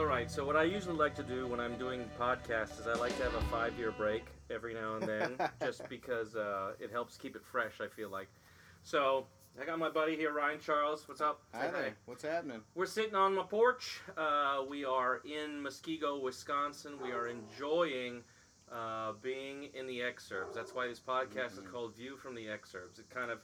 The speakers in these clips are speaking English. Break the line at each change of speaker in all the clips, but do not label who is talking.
right. So what I usually like to do when I'm doing podcasts is I like to have a five year break every now and then, just because uh, it helps keep it fresh. I feel like. So I got my buddy here, Ryan Charles. What's up? Say
Hi there. What's happening?
We're sitting on my porch. Uh, we are in Muskego, Wisconsin. We are enjoying uh, being in the exurbs. That's why this podcast is called View from the Exurbs. It kind of,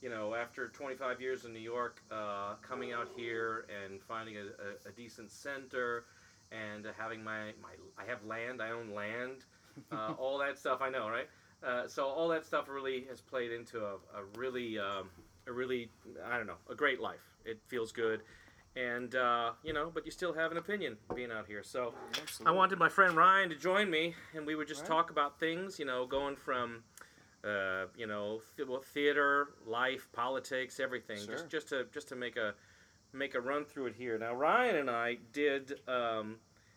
you know, after 25 years in New York, uh, coming out here and finding a, a, a decent center and having my, my, I have land, I own land, uh, all that stuff I know, right? Uh, so all that stuff really has played into a, a really, um, a really, I don't know, a great life. It feels good. And, uh, you know, but you still have an opinion being out here. So, I
Absolutely.
wanted my friend Ryan to join me, and we would just
Right.
talk about things, you know, going from, uh, you know, th- well, theater, life, politics, everything,
Sure.
just just to just to make a make a run through it here. Now, Ryan and I did um,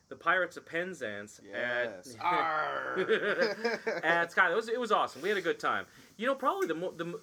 the Pirates of Penzance
Yes. Ah.
at
Arr.
at Sky. It was it was awesome. We had a good time. You know, probably the mo- the, m-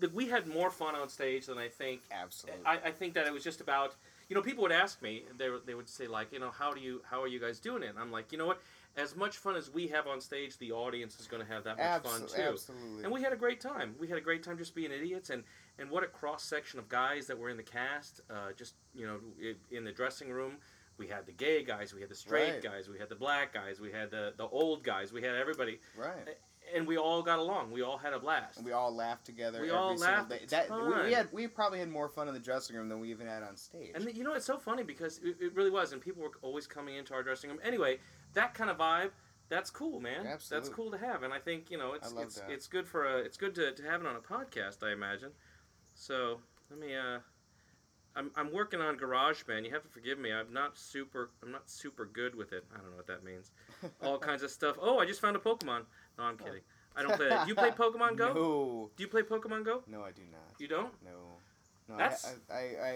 the we had more fun on stage than I think
Absolutely.
I, I think that it was just about you know people would ask me they, would- they would say like you know how do you how are you guys doing it and i'm like you know what as much fun as we have on stage the audience is going to have that much fun
Absol-
too
absolutely.
and we had a great time we had a great time just being idiots and and what a cross section of guys that were in the cast uh, just you know i- in the dressing room we had the gay guys we had the straight
Right.
guys we had the black guys we had the the old guys we had everybody
right.
and we all got along we all had a blast
And we all laughed together.
We
every
all
single
laughed
day.
a
That we,
ton.
we had we probably had more fun in the dressing room than we even had on stage.
And you know, it's so funny because it, it really was, and people were always coming into our dressing room. Anyway, that kind of vibe, that's cool, man.
Absolutely.
That's cool to have, and I think you know, it's
I love
it's,
that.
it's good for a, it's good to, to have it on a podcast, I imagine. So let me. uh I'm, I'm working on GarageBand. You have to forgive me. I'm not super. I'm not super good with it. I don't know what that means. All kinds of stuff. Oh, I just found a Pokemon. No, I'm kidding. I don't play that. Do you play Pokemon Go?
Oh. No,
Do you play Pokemon Go?
no, I do not.
You don't?
No, no.
That's-
I, I, I,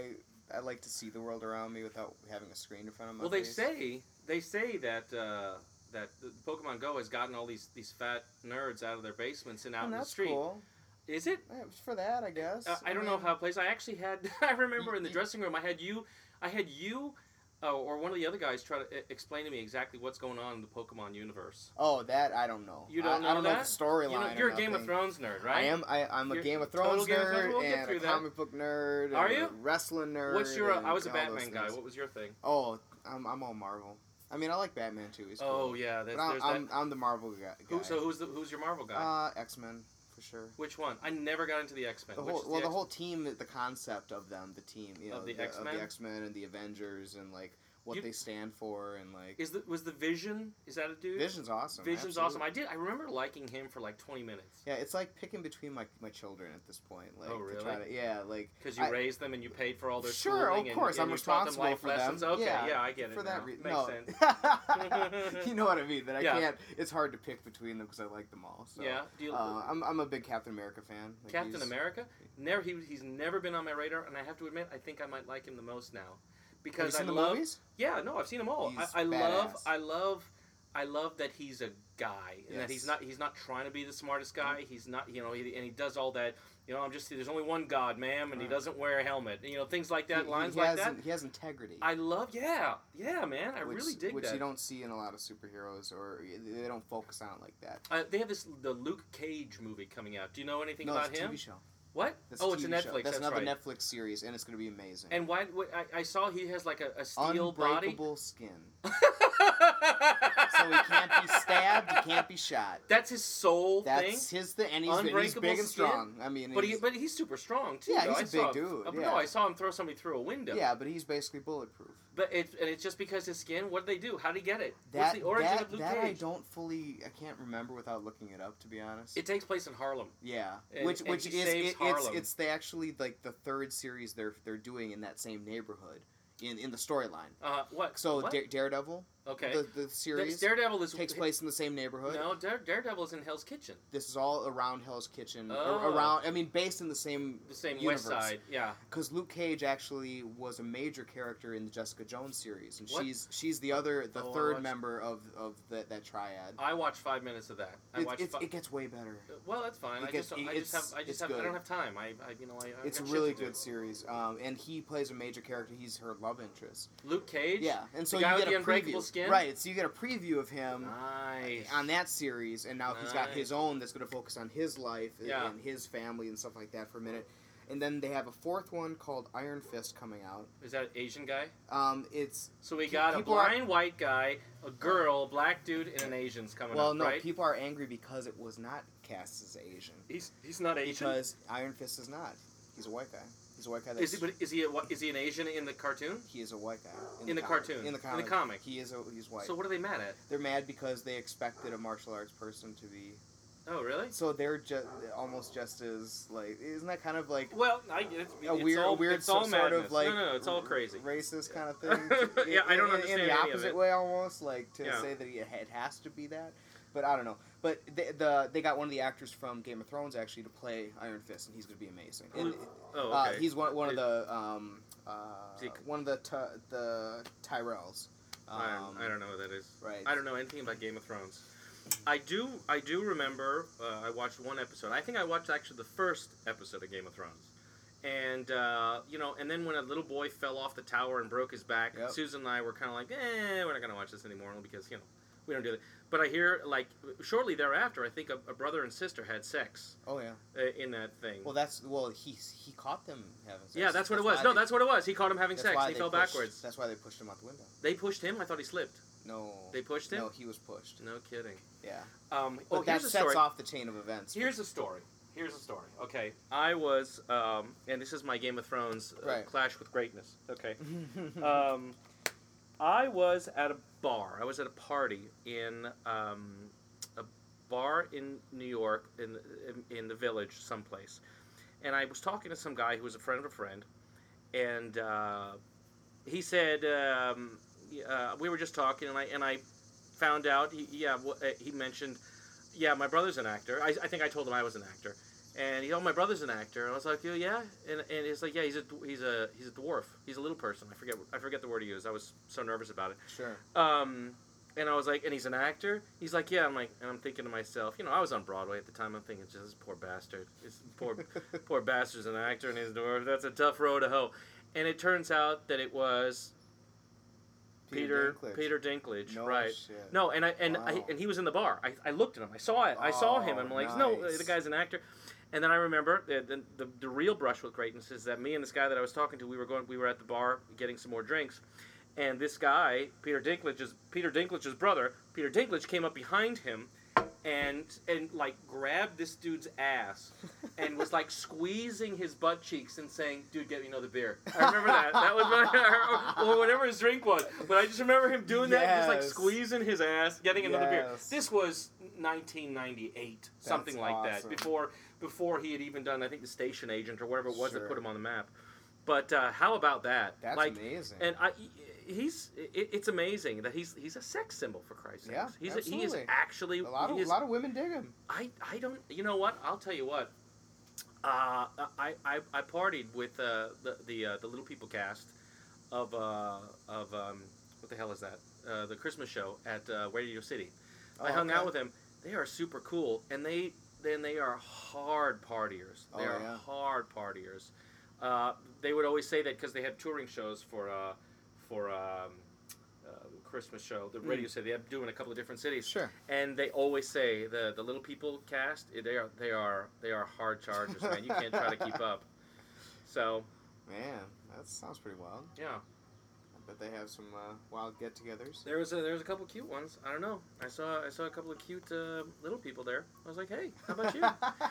I, I like to see the world around me without having a screen in front of my
Well, they
face.
say they say that uh, that the Pokemon Go has gotten all these these fat nerds out of their basements and out
Well,
in the
that's
street.
cool.
Is it?
Yeah, it's for that, I guess.
Uh, I don't know
mean,
how it plays. I actually had. I remember in the
You- you-
dressing room, I had you. I had you. Uh, or one of the other guys try to uh, explain to me exactly what's going on in the Pokemon universe.
Oh, that I don't know.
You
I,
don't know
I don't know
that
the storyline.
You know-
or
You're a Game of
nothing.
Thrones nerd, right?
I am. I, I'm a
You're
Game of
total
Thrones
Game of Thrones-
nerd
we'll get
and
through
a
that.
comic book nerd. and
Are
a
you?
wrestling nerd?
What's your? Uh,
and
I was a
all those
Batman guy.
things.
What was your thing?
Oh, I'm, I'm all Marvel. I mean, I like Batman too. He's
Oh
cool.
yeah,
But
that's,
I'm,
there's
I'm,
that.
I'm the Marvel guy.
Who,
guy.
so who's the who's your Marvel guy?
Uh, X Men for sure.
Which one? I never got into the X Men.
The whole, well, the whole team, the concept of them, the team, you know,
Of the X-Men?
the X Men and the Avengers, and like what
You-
they stand for, and like
Is the was the Vision? Is that a dude?
Vision's awesome.
Vision's
absolutely.
awesome. I did. I remember liking him for like 20 minutes
Yeah, it's like picking between my, my children at this point. Like,
Oh,
To try
really?
to, yeah, like
because you
I-
raised them and you paid for all their
sure,
schooling.
of course,
and, and
I'm
you taught
responsible
life
for
lessons.
them.
Okay,
yeah,
yeah, I get it
for
now.
that reason.
Makes
no.
sense.
you know what I mean. That I
Yeah.
can't. It's hard to pick between them because I like them all. So.
yeah. Do you,
Uh, I'm I'm a big Captain America fan. Like,
Captain
he's-
America? Never. He, he's never been on my radar, and I have to admit, I think I might like him the most now
Have you
because
seen
I
the
love.
movies?
Yeah, no, I've seen them all. I,
He's
I love,
badass.
I love, I love that he's a guy and that he's
Yes. Mm-hmm.
not he's not trying to be the smartest guy. He's not, you know, he, and he does all that. You know, I'm just there's only one God, ma'am, and he
Right.
doesn't wear a helmet. You know, things like that,
He- he,
lines
he
like
has,
that.
He has integrity.
I love, yeah, yeah, man, I
which,
really dig
which
that.
you don't see in a lot of superheroes, or they don't focus on it like that.
uh, they have this the Luke Cage movie coming out. Do you know anything
no,
about
it's a
him?
TV show.
What?
That's
oh,
a
it's a
TV show.
Netflix.
That's, another
right.
Netflix series, and it's going to be amazing.
And why? What, I, I saw he has like a, a steel body.
Unbreakable skin. so he can't be stabbed. He can't be shot.
That's his soul thing.
That's his thing, and he's, and he's
Unbreakable
big and strong. I mean,
But he,
he's-
but he's super strong too.
Yeah,
though.
he's
I
a
saw
big
him-
dude,
uh, but
yeah.
No, I saw him throw somebody through a window.
yeah, but he's basically bulletproof.
but it's and it's just because his skin. What did they do? How did he get it?
That,
What's the origin
that,
of Luke
that I
Cage?
don't fully, I can't remember without looking it up, to be honest.
It takes place in Harlem.
yeah,
and-
which
and
which
he
is
saves
it, it's
Harlem.
it's the actually like the third series they're they're doing in that same neighborhood in in the storyline.
Uh, what?
So
what?
Dare- Daredevil,
Okay.
The, the
Da-
series
Daredevil is
takes place in the same neighborhood.
No, Dare, Daredevil is in Hell's Kitchen,
This is all around Hell's Kitchen. a-
Oh.
Around, I mean, based in the same
the same
Universe.
West Side. Yeah.
because Luke Cage actually was a major character in the Jessica Jones series, and
What?
she's she's the other, the
Oh, I
third
watched-
member of of the, that triad.
I watched five minutes of that. I
It's,
watched.
it's,
fi-
it gets way better.
well, that's fine.
it
I
gets- e,
just, don't- I just
it's-
have, I
it's
just have, I
good.
don't have time. I, I you know, I. I
It's a
got shit
really
to do.
good series, um, and he plays a major character. He's her love interest.
Luke Cage.
Yeah, and so
guy
you
with
get
the
a
unbreakable
preview,
skin?
right? So you get a preview of him
Nice.
Um, on that series, and now he's got
Nice.
his own that's going to focus on his life and-
Yeah.
and his family and stuff like that for a minute. And then they have a fourth one called Iron Fist coming out.
Is that Asian guy?
Um, it's
So we
Pe-
got a
people are-
blind white guy, a girl, black dude, and an Asian's coming
well,
up,
no,
right?
people are angry because it was not cast as Asian.
He's he's not Asian.
Because Iron Fist is not. He's a white guy. He's a white guy. That's,
is he? But is he? A, wh- is he an Asian in the cartoon?
he is a white guy
In the
comic.
cartoon.
In the
In the
comic.
comic.
He is a, he's white.
So what are they mad at?
they're mad because they expected a martial arts person to be.
Oh, really?
So they're just almost just as like isn't that kind of like
Well, I, it's,
a
it's
weird,
all,
a weird
it's all
so- sort
madness.
of like
no, no, no, it's all crazy.
racist kind of
Yeah.
thing.
Yeah, I don't
In-
understand any
in the
of
opposite
it.
way almost like to
Yeah.
say that it had- has to be that, but I don't know. But the, the they got one of the actors from Game of Thrones actually to play Iron Fist, and he's going to be amazing. And
Who- Oh,
uh,
okay.
he's one, one of the um, uh,
Zeke.
one of the t- the Tyrells. Um,
I, I don't know what that is.
Right.
I don't know anything about Game of Thrones. I do. I do remember. Uh, I watched one episode. I think I watched actually the first episode of Game of Thrones. And uh, you know, and then when a little boy fell off the tower and broke his back,
Yep.
Susan and I were kind of like, "Eh, we're not gonna watch this anymore because you know we don't do that." But I hear like shortly thereafter, I think a, a brother and sister had sex
Oh yeah.
uh, in that thing.
Well, that's well he he caught them having sex.
yeah, that's what it was.
why
No,
they-
that's what it was. He caught him having
that's
sex.
why
He
they
fell
pushed-
backwards.
That's why they pushed him out the window.
They pushed him. I thought he slipped.
No.
They pushed him.
No, he was pushed.
No kidding.
Yeah.
Um,
But
oh,
that
here's a
sets
story.
off the chain of events.
Here's a story. Here's a story. Okay, I was, um, and this is my Game of Thrones uh,
Right.
clash with greatness. Okay, um, I was at a bar. I was at a party in um, a bar in New York, in, in in the village, someplace, and I was talking to some guy who was a friend of a friend, and uh, he said um, uh, we were just talking, and I and I found out. He, yeah, wh- uh, he mentioned. Yeah, my brother's an actor. I, I think I told him I was an actor, and he, oh, my brother's an actor. And I was like, oh, yeah, and and he's like, yeah, he's a d- he's a he's a dwarf. He's a little person. I forget I forget the word he used. I was so nervous about it.
sure.
Um, and I was like, and he's an actor. He's like, yeah. I'm like, and I'm thinking to myself, you know, I was on Broadway at the time. I'm thinking, just this poor bastard. This poor poor bastard's an actor and he's a dwarf. That's a tough road to hoe. And it turns out that it was Peter
Dinklage.
Peter Dinklage,
No
right?
shit.
No, and I and I,
Wow.
and he was in the bar. I, I looked at him. I saw it. I saw him.
Oh,
I'm like, no,
nice.
the guy's an actor. And then I remember uh, the, the, the, the real brush with greatness is that me and this guy that I was talking to, we were going, we were at the bar getting some more drinks, and this guy, Peter Dinklage's Peter Dinklage's brother, Peter Dinklage came up behind him, and and like grabbed this dude's ass, and was like squeezing his butt cheeks and saying, "Dude, get me another beer." I remember that. That was my, or whatever his drink was. But I just remember him doing that, and just like
Yes.
squeezing his ass, getting another beer.
Yes.
This was 1998, something like
awesome.
that. Before before he had even done, I think, the station agent or whatever it was
Sure.
that put him on the map. But uh, how about that?
That's
like,
amazing.
and I, he's it, it's amazing that he's he's a sex symbol for Christ's
Yeah,
sakes. He's a, he is
absolutely.
actually
a lot of
he is-
a lot of women dig him.
I, I don't you know what I'll tell you what uh, I, I I partied with uh, the the uh, the little people cast of uh, of um, what the hell is that uh, the Christmas show at uh, Radio City I
Oh,
hung
okay.
out with them they are super cool and they then they are hard partiers they
Oh,
are
yeah.
hard partiers uh, they would always say that because they had touring shows for uh, for um, uh, Christmas show
Hmm.
the Radio City they have doing a couple of different cities
Sure.
and they always say the the little people cast eh, they are they are they are hard chargers, man. You can't try to keep up. So
Man, that sounds pretty wild.
yeah,
I bet they have some uh, wild get-togethers.
there was a, there was a couple cute ones. I don't know. I saw I saw a couple of cute uh, little people there. I was like, hey, how about you?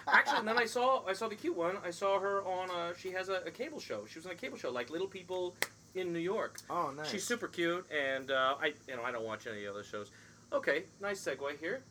Actually, and then I saw I saw the cute one. I saw her on a she has a, a cable show. She was on a cable show like Little People in New York.
oh, nice.
She's super cute, and uh, I you know I don't watch any other shows. Okay, nice segue here.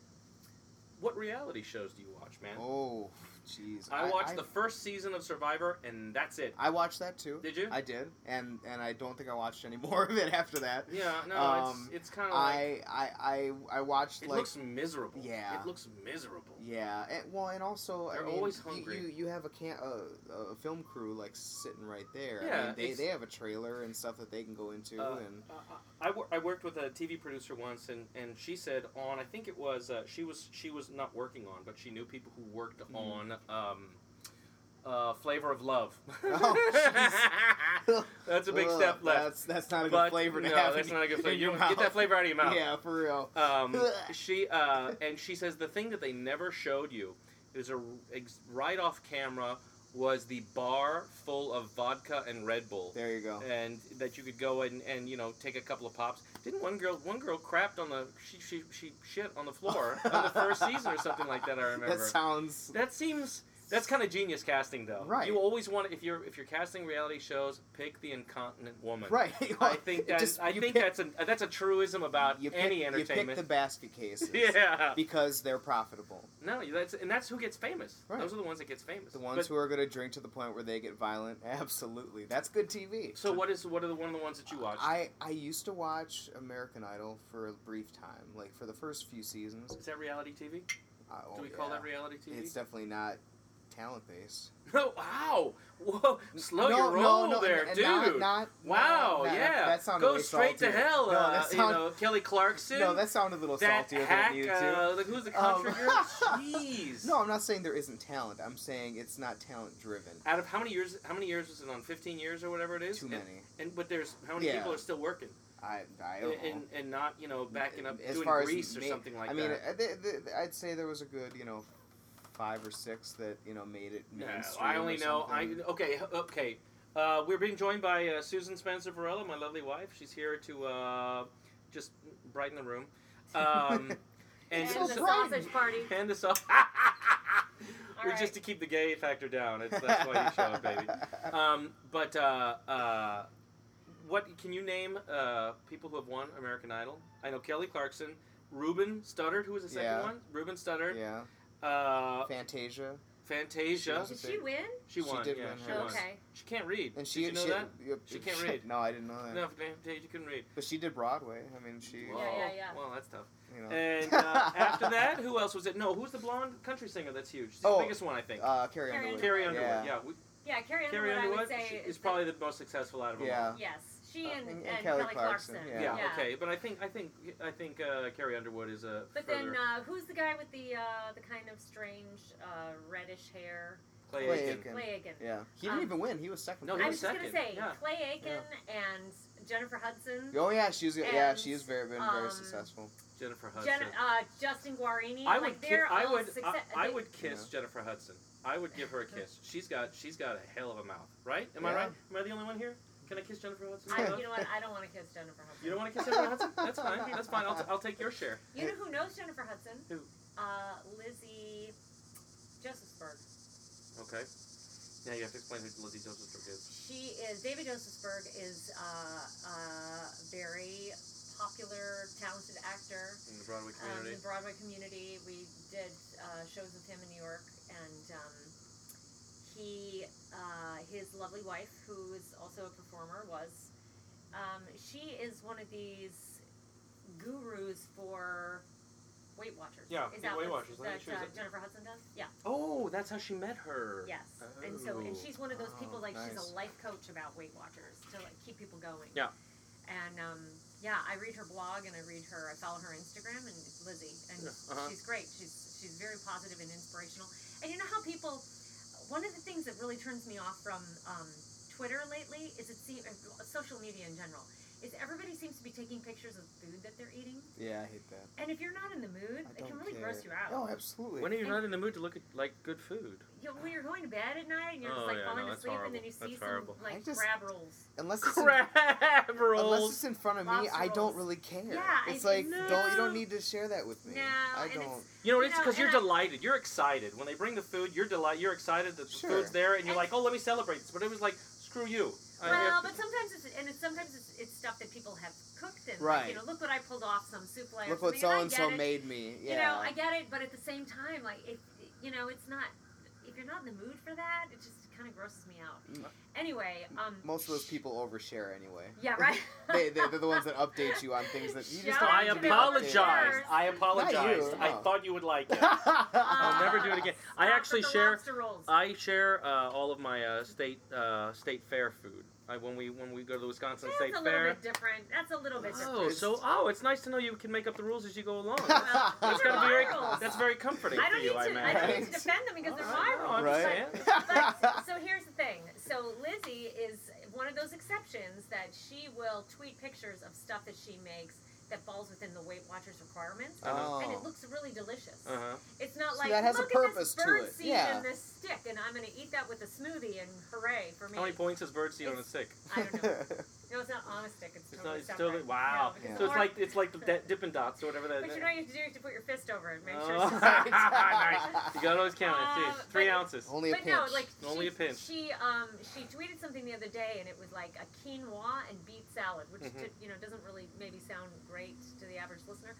What reality shows do you watch, man?
Oh, Jeez.
I watched
I,
the first season of Survivor, and that's it.
I watched that too.
Did you?
I did, and and I don't think I watched any more of it after that.
yeah, no,
Um,
it's, it's kind of like
I I I I watched
it
like
looks miserable.
Yeah.
it looks miserable.
yeah, and, well, and also I
They're
mean,
always
you-
hungry.
You, you have a can a, a film crew like sitting right there. I
Yeah,
mean, they
it's-
they have a trailer and stuff that they can go into
Uh,
and
Uh, I, wor- I worked with a TV producer once, and, and she said on I think it was uh, she was she was not working on, but she knew people who worked
Mhm.
on um, uh, Flavor of Love.
Oh, jeez.
that's a big
Ugh,
step left.
That's that's not a
But
good flavor to
no,
have.
that's
in-
not a good
in
flavor. You
your
don't get
mouth.
that flavor out of your mouth.
Yeah, for real.
Um, she uh, and she says the thing that they never showed you is a ex- right off camera was the bar full of vodka and Red Bull
There you go.
and that you could go and, and you know take a couple of pops. Didn't one girl one girl crapped on the she she, she shit on the floor on the first season or something like that? I remember.
That sounds
that seems that's kind of genius casting though.
Right.
You always want if you're if you're casting reality shows, pick the incontinent woman.
right.
I think that
Just-
I
you
think
pick-
that's a that's a truism about
you pick,
any
You pick
entertainment.
the basket cases.
yeah.
Because they're profitable.
No, that's and that's who gets famous.
Right.
Those are the ones that gets famous.
The ones
But-
who are going to drink to the point where they get violent, absolutely. That's good TV.
So what is what are the one of the ones that you watch?
I, I used to watch American Idol for a brief time, like for the first few seasons.
Is that reality TV?
I, oh,
Do we call
yeah.
that reality TV?
It's definitely not talent based.
No, wow. Whoa, slow
no,
your roll
no, no,
there,
n-
dude.
Not, not,
wow,
no, not-
yeah.
That sounded
Go
way
straight to
saltier.
hell,
No,
uh,
that
you
sound-
know, Kelly Clarkson.
No, that sounded a little
that
saltier
hack,
than you two.
uh, like, who's the
Um,
country girl? Jeez.
No, I'm not saying there isn't talent. I'm saying it's not talent driven.
Out of how many years? How many years was it on? Fifteen years or whatever it is.
Too
And-
many.
And, but there's how many
Yeah.
people are still working
I, I
and,
don't know.
and, and not you know backing up
As
doing
far as
Grease or
ma-
something like
I mean,
that.
uh, th th th- I'd say there was a good, you know, five or six that you know made it
No,
mainstream.
I only
or
know. I
something.
okay, h- okay. Uh, we're being joined by uh, Susan Spencer Varela, my lovely wife. She's here to uh, just brighten the room. Um, and
And,
so
the
bright.
sausage party.
and the sauce.
All
We're
right.
just to keep the gay factor down. It's, that's why you show up, baby. Um, but uh, uh, what can you name uh, people who have won American Idol? I know Kelly Clarkson, Ruben Studdard, who was the second
Yeah.
one. Ruben Studdard,
yeah,
uh,
Fantasia,
Fantasia.
Did she win?
She
She
won.
did
yeah,
win
she
her.
won.
Okay.
She can't read.
and she
did you know
she,
that?
yep,
She can't read.
No, I didn't know that.
No, Fantasia couldn't read.
But she did Broadway. I mean, she,
Whoa. yeah, yeah.
Well, that's tough.
you know,
And uh, after that, who else was it? No, who's the blonde country singer that's huge? She's
Oh,
the biggest one, I think.
uh, Carrie
Carrie
Underwood.
Carrie Underwood. Yeah,
yeah.
we,
Yeah, Carrie Underwood,
Carrie
I would
Underwood
say
she-
is
is
the-
probably the most successful out of them. all.
Yeah.
yes. She
Uh,
and,
and-
and,
and
Kelly Clarkson.
yeah.
Yeah, Okay, but I think I think I think uh, Carrie Underwood is a.
But
further
then uh, who's the guy with the uh, the kind of strange uh, reddish hair?
Clay
Clay
Aiken.
Aiken.
Clay Aiken.
Yeah, he didn't
Um,
even win. He was second.
No, he
I'm
was
place.
just gonna
second,
say
yeah.
Clay Aiken and Jennifer Hudson.
Oh yeah, she's yeah,
And,
she is very been very
um,
successful.
Jennifer Hudson.
Jen, uh, Justin Guarini.
I
like
would, ki-
they're
I
all
would,
success-
I, I
they-
would kiss Jennifer Hudson. I would give her a kiss. She's got, she's got a hell of a mouth, right? Am I
Yeah.
right? Am I the only one here? Can I kiss Jennifer Hudson?
I,
Hello?
you know what? I don't want to kiss Jennifer Hudson.
You don't want to kiss Jennifer Hudson? That's fine. That's fine. I'll, t- I'll take your share.
You know who knows Jennifer Hudson?
Who?
Uh, Lizzie Josephsberg.
Okay. Now you have to explain who Lizzie Joseph is.
She is David Josephsberg is uh, a very popular, talented actor
In the Broadway
um, in
community.
the Broadway community. We did uh, shows with him in New York, and um, he, uh, his lovely wife, who is also a performer, was. Um, she is one of these gurus for Weight Watchers.
Yeah,
is
the
that
Weight
what-
Watchers. I think
That
she
uh,
was a-
Jennifer Hudson does. Yeah.
oh, that's how she met her.
Yes, and so and
Oh.
she's one of those people
Oh,
like she's
nice.
a life coach about Weight Watchers to like keep people going.
Yeah.
And um, yeah, I read her blog and I read her. I follow her Instagram and Lizzie, and
Yeah, uh-huh.
she's great. She's she's very positive and inspirational. And you know how people, one of the things that really turns me off from um, Twitter lately is it seems social media in general is everybody seems to be taking pictures of food that they're eating,
Yeah, I hate that.
and if you're not in the mood,
I
it can
don't
really
care.
gross you out.
Oh, absolutely.
When are you not in the mood to look at like good food?
you know, when you're going to bed at night and you're
Oh,
just like
yeah,
falling
no, that's
asleep and then
horrible.
you
That's
see
horrible.
some like
I just-
crab rolls.
unless it's in-
Crab
unless
rolls.
it's in front of me, I
Lobster
don't
rolls.
really care.
Yeah, I
it's like
know.
don't you don't need to share that with me.
No,
I
and
don't.
it's-
You know,
You
it's
know,
because you're
and I-
delighted. You're excited when they bring the food. You're delight. You're excited that the
Sure.
food's there, and you're
And-
like, "Oh, let me celebrate this." But it was like, "Screw you." I-
Well, but sometimes it's and it's sometimes it's, it's stuff that people have cooked and like,
Right.
you know, look what I pulled off some souffle. or
Look what
something,
so
and I
and so
get it.
made me. Yeah.
You know, I get it, but at the same time, like if you know, it's not. If if you're not in the mood for that, it just kind of grosses me out.
Mm.
Anyway, um,
Most of those people overshare anyway.
yeah, right.
they, they, they're the ones that update you on things that you just
Shout
don't
I
out
need to be
to Bill
updated.
apologize.
Burr.
I apologize.
Not you,
I
no.
thought you would like it.
I'll never do it again. I
uh, Stop
actually
with the
share-
lobster rolls.
I share uh, all of my uh, state uh, state fair food. I, when we when we go to the Wisconsin
That's
State
a little
Fair.
bit different. That's a little bit
Oh,
different.
so oh, it's nice to know you can make up the rules as you go along.
Well,
That's
these are
gotta be very,
my rules.
that's very comforting
I
for
don't need
you,
to.
I
I,
imagine.
don't need to defend them because they're my
Oh,
rules.
I
Right?
understand.
But, so here's the thing. So Lizzie is one of those exceptions that she will tweet pictures of stuff that she makes that falls within the Weight Watchers requirements,
Uh-huh.
Oh.
and it looks really delicious.
Uh-huh.
It's not
So
like
that has a
look
purpose
at this
to
bird
it.
seed
Yeah.
and this stick, and I'm going to eat that with a smoothie, and hooray for me!
How many points is birdseed on a
It's-
stick?
I don't know. No, it's not on a stick. It's,
It's
totally
not. It's
separate.
totally wow.
No, because
Yeah.
So it's
more-
like it's like the d- Dippin' Dots or whatever that.
But you know what you have to do? You have to put your fist over it and make sure.
Oh.
It's
You gotta always count it.
Uh,
Jeez. Three
but-
ounces.
Only a
but
pinch.
no, like she,
Only a pinch.
She um she tweeted something the other day, and it was like a quinoa and beet salad, which
Mhm.
to, you know doesn't really maybe sound great to the average listener,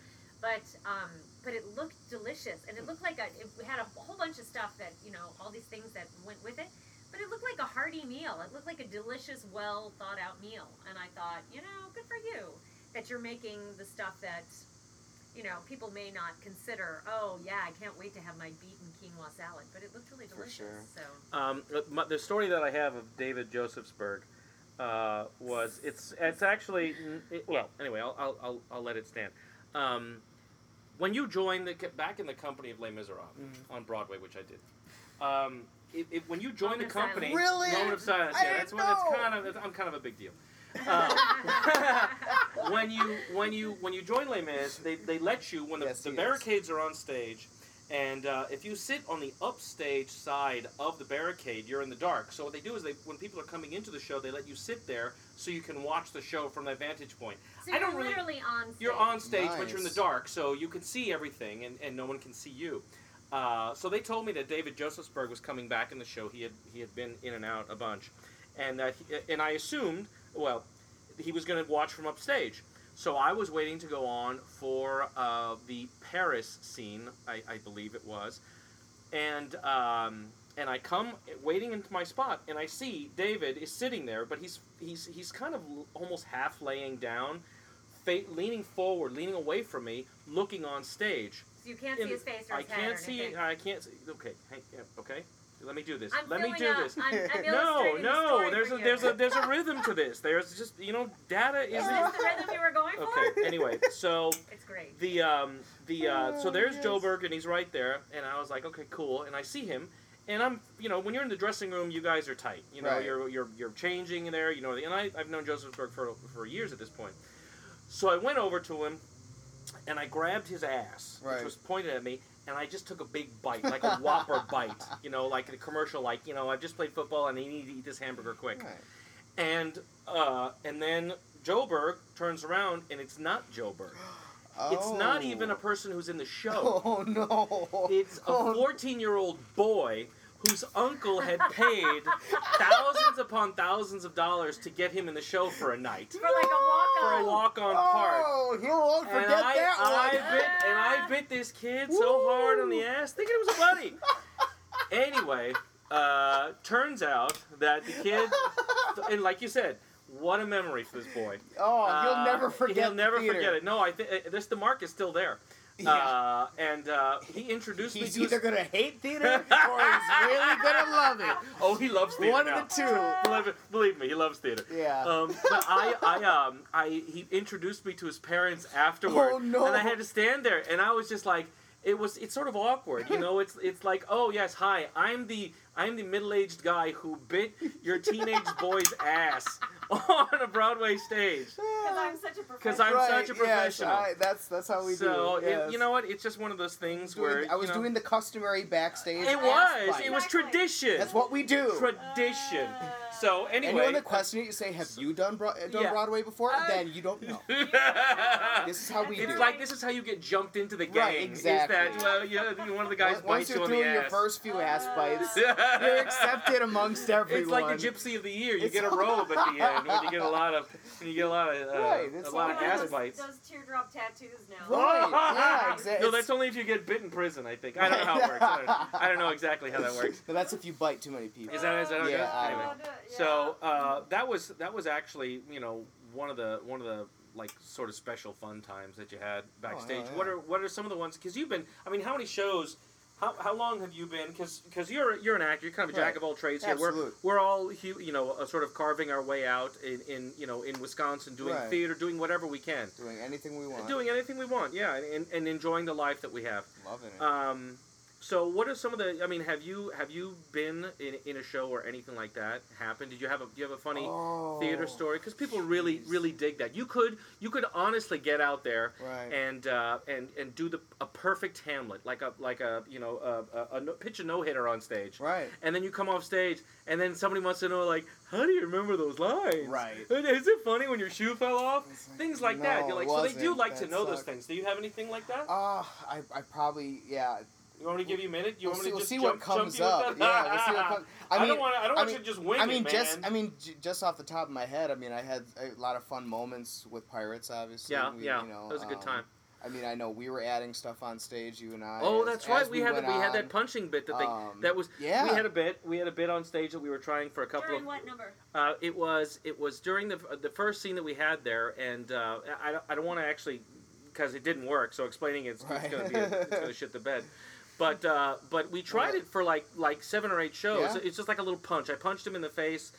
but um but it looked delicious, and it looked like a it had a whole bunch of stuff that you know all these things that went with it, but it looked like a hearty meal. It looked like a delicious, well thought out meal, and I thought you know good for you that you're making the stuff that. You know, people may not consider. Oh, yeah, I can't wait to have my beet and quinoa salad, but it looked really
For
delicious.
sure.
So
Um, but my, the story that I have of David Josephsburg uh, was it's it's actually it, well anyway I'll, I'll I'll I'll let it stand. Um, when you joined the back in the company of Les Miserables
Mhm.
on Broadway, which I did, um, it, it, when you joined the
Moment of silence.
company,
Really?
moment of silence.
I
yeah,
didn't
that's when it's
know.
kind of I'm kind of a big deal. Uh, when you when you when you join Les Mis, they, they let you when the,
Yes,
the
he is.
barricades are on stage, and uh, if you sit on the upstage side of the barricade, you're in the dark. So what they do is they when people are coming into the show, they let you sit there so you can watch the show from that vantage point.
So
I
you're
don't really-
literally on stage.
You're on stage, but you're in the
Nice.
dark, so you can see everything, and, and no one can see you. Uh, so they told me that David Josephsburg was coming back in the show. He had he had been in and out a bunch, and that he- and I assumed well, he was going to watch from upstage. So I was waiting to go on for uh, the Paris scene, I, I believe it was, and um, and I come waiting into my spot, and I see David is sitting there, but he's he's he's kind of l- almost half laying down, fa- leaning forward, leaning away from me, looking on stage.
So you can't
In-
see his face or
I
his head
can't
or
see.
anything.
I can't see. Okay, hey, yeah, okay. Let me do this.
I'm
Let me
filling
do
up-
this.
I'm, I'm
No,
illustrating the
no.
story
There's
for
a
you.
there's a there's a rhythm to this. There's just you know data
Is
isn't.
this the rhythm you were going for?
Okay. Anyway, so
It's great.
the um the uh, so
Oh,
there's
yes.
Joe Berg and he's right there and I was like okay cool and I see him and I'm you know when you're in the dressing room you guys are tight you know
Right.
you're you're you're changing in there you know and I I've known Joseph Berg for for years at this point so I went over to him and I grabbed his ass which
Right.
was pointed at me and I just took a big bite like a whopper bite you know like the commercial like you know I've just played football and I need to eat this hamburger quick
Right.
and uh and then Joe Berg turns around and it's not Joe Berg it's not
Oh.
even a person who's in the show.
Oh no!
It's a
Oh,
14 year old boy whose uncle had paid thousands upon thousands of dollars to get him in the show for a night,
for like a walk
for a
on.
walk on part.
Oh, you won't
And
forget
I, I
that
bit and I bit this kid so hard on the ass, thinking it was a buddy. Anyway, uh, turns out that the kid, and like you said, what a memory for this boy.
one. Oh,
Uh,
you'll never forget.
He'll never
the theater.
forget it. No, I think this the mark is still there. Uh, and uh, he introduced
He's
me to.
either
his-
gonna hate theater or he's really gonna love it.
oh, he loves theater.
One
now.
of the
Believe, it- believe me, he loves theater.
two. Yeah.
Um, but I, I, um, I, he introduced me to his parents afterward,
Oh, no.
and I had to stand there, and I was just like, it was, it's sort of awkward, you know. It's, it's like, oh yes, hi, I'm the, I'm the middle-aged guy who bit your teenage boy's ass on a Broadway stage.
Because I'm such a professional.
Because I'm
right,
such a
yes,
professional.
I- that's that's how we
so
do.
it-
yes.
you know what? It's just one of those things
Doing-
where
I
you
was
know,
doing the customary backstage.
It
ass
was.
bite.
It was
Exactly.
tradition.
That's what we do.
tradition. So anyway,
Anyone that questions it, you say, "Have you done Bro- done
Yeah. Uh,
Broadway before?"
I-
then you don't know.
Yeah.
This is how we
It's
do.
It's like this is how you get jumped into the gang.
Right, exactly.
Is that well, you know, one of the guys
Once- Once
bites
you're
you on
through
the
your
ass.
first few ass bites,
you're
you're accepted amongst everyone.
It's like the gypsy of the year. You
It's-
get a robe at the end when you get a lot of when you get a lot of uh,
Right,
a
it's
lot
like-
of
Yeah,
gas
those,
bites.
Those teardrop tattoos now.
Right, yeah, exa-
No,
it's-
that's only if you get bit in prison. I think I don't know how it works. I don't, I don't know exactly how that works.
But that's if you bite too many people.
Is that is that how it
Yeah,
goes?
I
Anyway.
don't
God, yeah.
So uh, that was that was actually you know one of the one of the like sort of special fun times that you had backstage.
Oh, yeah.
What are what are some of the ones? Because you've been. I mean, how many shows? How, how long have you been? Because you're you're an actor. You're kind of a jack
Right.
of all trades here.
Absolute.
We're we're all hu- you know uh, sort of carving our way out in, in you know in Wisconsin doing
Right.
theater, doing whatever we can,
Doing anything we want.
doing anything we want. Yeah, and, and enjoying the life that we have.
Loving it.
Um, so what are some of the? I mean, have you have you been in, in a show or anything like that happened? Did you have a do you have a funny
Oh,
theater story? Because people really
jeez.
really dig that. You could you could honestly get out there
Right.
and uh, and and do the a perfect Hamlet like a like a you know a, a, a no, pitch a no hitter on stage.
right.
And then you come off stage, and then somebody wants to know, like, how do you remember those lines?
Right.
Is it funny when your shoe fell off?
It's like,
Things like that.
no,
You're
it
like, so they do
wasn't.
like to
That
know those
sucked.
things. Do you have anything like that?
Ah, I, I probably yeah.
You want me to give you a minute? You
we'll
want me
see,
to
we'll
just
see
jump,
what comes
jump you
up.
with that?
yeah, we'll see what comes. I
I,
mean,
don't want. I don't want
I
you
mean-
to just wing
I mean,
it,
just
man.
I mean, j- just off the top of my head, I mean, I had a lot of fun moments with pirates. Obviously,
yeah,
We-
yeah,
You know,
that was a good
um,
time.
I mean, I know we were adding stuff on stage, you and I.
Oh,
as-
that's
as
right. We, had
went
that. We had
on.
that punching bit. That they.
Um,
that was.
yeah.
We had a bit. We had a bit on stage that we were trying for a couple
During
of.
what number?
Uh, it was. It was during the the first scene that we had there, and uh, I don't- I don't want to actually because it didn't work. So explaining it's,
Right.
it's gonna be a, it's gonna shit the bed. But uh, but we tried it for like like seven or eight shows.
Yeah.
It's just like a little punch. I punched him in the face,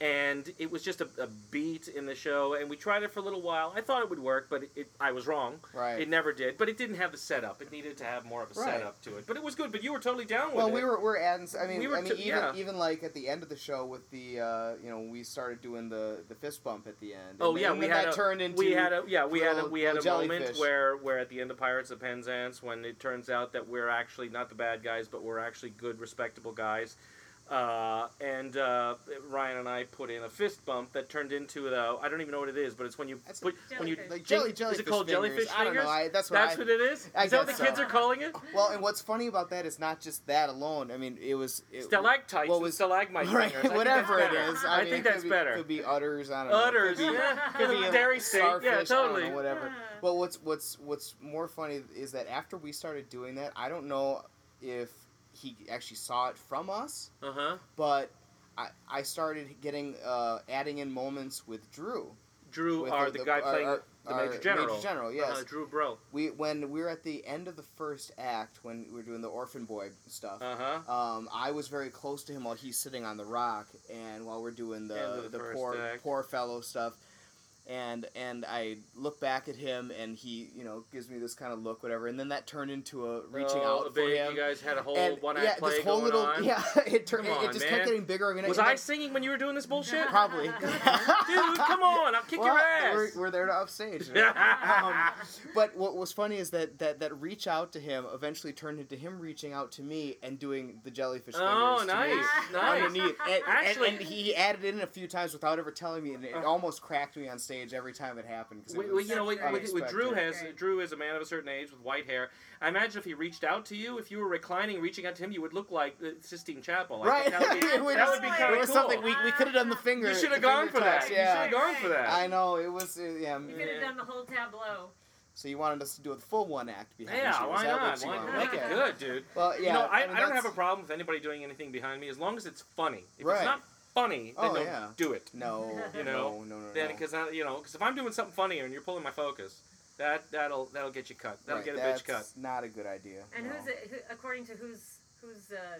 and it was just a, a beat in the show. And we tried it for a little while. I thought it would work, but it, it I was wrong.
right.
It never did. But it didn't have the setup. It needed to have more of a
Right.
setup to it. But it was good. But you were totally down with
well,
it.
we were we're adding. I mean,
We were
I mean,
t-
even
yeah.
even like at the end of the show with the uh, you know we started doing the the fist bump at the end.
Oh
And
yeah,
then
we
that
had a,
turned into
we had a yeah we had a
little-
we had a
little
moment
jellyfish.
where where at the end of Pirates of Penzance when it turns out that we're actually not the bad guys but we're actually good respectable guys, uh, and uh, Ryan and I put in a fist bump that turned into the I don't even know what it is but it's when you
That's-
put when you
like
Jellyfish.
jelly
ding-
jellyfish.
is it called
fingers.
jellyfish
I don't know.
fingers?
I, that's what
that's
I,
what it is
I
is that what the
guess
kids
so.
are calling it
Well, and what's funny about that is not just that alone. I mean, it was it,
stalactites
what
and
was-
stalagmite
right,
fingers. I think
whatever
that's
it
better.
is. I,
I
mean,
think
it could
that's
be-
better
Could be udders. I don't
udders
know. Could be-
yeah
could be
because
a
dairy state yeah
starfish, I don't know,
totally
whatever.
Yeah.
Well, what's what's what's more funny is that after we started doing that, I don't know if he actually saw it from us,
uh huh
but I I started getting uh, adding in moments with Drew.
Drew
With
are
our-
the
the-
guy
our-
playing
our-
the
our
major general
Major General,
uh,
yes.
Drew Bro
We when we were at the end of the first act when we were doing the orphan boy stuff.
uh huh.
um, I was very close to him while he's sitting on the rock, and while we're doing
End
the
of the
the,
first
poor
act.
poor fellow stuff, and and I look back at him, and he you know gives me this kind of look, whatever, and then that turned into a reaching
Oh,
out for
big,
him,
You guys had a whole
and
one-eyed
yeah,
play
this whole
going
little
on.
yeah, it turned
Come
it,
on,
it just
man.
kept getting bigger. I mean,
Was
and
I
then-
singing when you were doing this bullshit? Dude,
probably?
come on! I'll kick
Well,
your ass.
We're, we're there to upstage. you know? um, but what was funny is that, that that reach out to him eventually turned into him reaching out to me and doing the jellyfish fingers
Oh,
to
nice,
me
nice.
underneath. And, and-
Actually-
and he added it in a few times without ever telling me, and it
Uh.
almost cracked me on stage every time it happened. 'cause it
We,
was-
you know, with, with, with Drew has
unexpected.
Drew is a man of a certain age with white hair. I imagine if he reached out to you, if you were reclining, reaching out to him, you would look like the Sistine Chapel. I
right?
think that would
It
be,
was-
that would be
just-
kind
it
of
was
cool.
something we, we could have done the finger.
you should
the
have gone
finger
for that.
touch,
You
Yeah.
should have gone for that.
I know it was uh, yeah.
You could
Yeah.
have done the whole tableau.
So you wanted us to do the full one act behind you.
yeah,
Is
why
that what
not?
you
Why
wanted?
not?
want?
Make it
Okay.
good, dude.
Well, yeah.
you know, I, I,
mean,
don't
that's-
have a problem with anybody doing anything behind me as long as it's funny. If it's
Right.
not funny, then
Oh,
don't
yeah.
do it.
No,
You know,
no, no, no.
Then,
no.
because you know, because if I'm doing something funnier and you're pulling my focus, that that'll that'll get you cut. That'll
Right,
get a
that's
bitch cut.
Not a good idea.
And
no.
who's it, who, according to whose whose uh,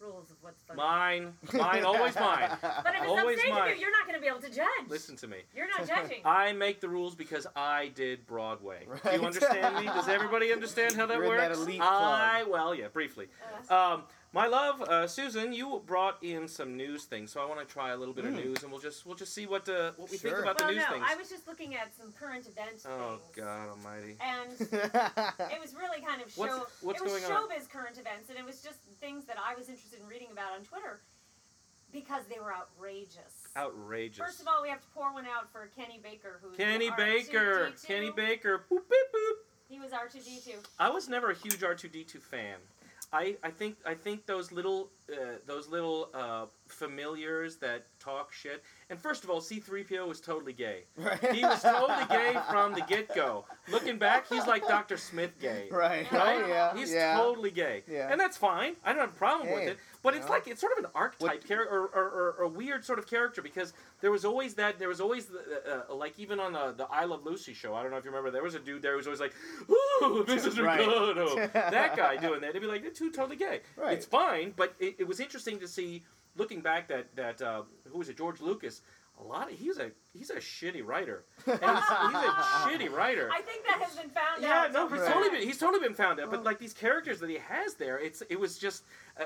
rules of what's funny?
Mine, mine, always mine.
but if it's
always
upstage
mine.
you, you're not going to be able to judge.
Listen to me.
You're not judging. Uh,
I make the rules because I did Broadway. Do
Right.
you understand me? Does everybody understand how that
You're in
works?
that elite
I well, yeah, briefly.
Uh,
Um, my love, uh, Susan, you brought in some news things, so I want to try a little bit of
Mm.
news, and we'll just we'll just see what uh, what we think
Sure.
about
well,
the news
no,
things.
I was just looking at some current event
oh
things.
God Almighty!
And it was really kind of show.
What's what's
it was
going on?
showbiz current events, and it was just things that I was interested in reading about on Twitter. because they were outrageous.
Outrageous.
First of all, we have to pour one out for Kenny Baker, who
Kenny Baker. Kenny Baker. Boop, beep, boop.
He was R two D two.
I was never a huge R two D two fan. I, I think I think those little uh, those little uh, familiars that talk shit. And first of all, C three PO was totally gay.
Right.
He was totally gay from the get go. Looking back, he's like Dr. Smith gay.
Right.
Right?
Oh, yeah.
He's
yeah.
totally gay.
Yeah.
And that's fine. I don't have a problem with
Hey,
it. But it's
you know.
like it's sort of an archetype
What-
character or, or, or, or weird sort of character because there was always that there was always the, uh, uh, like even on the, the I Love Lucy show I don't know if you remember there was a dude there who was always like ooh Mrs.
Right.
Ricardo that guy doing that it'd be like they're two totally gay
Right.
it's fine but it, it was interesting to see looking back that that uh, who was it George Lucas a lot of he's a he's a shitty writer and he's, he's a shitty writer
I think that has been found
yeah,
out.
no,
over
he's
Right. Oh.
time.
totally been he's totally been found out. But like these characters that he has there, it's it was just uh,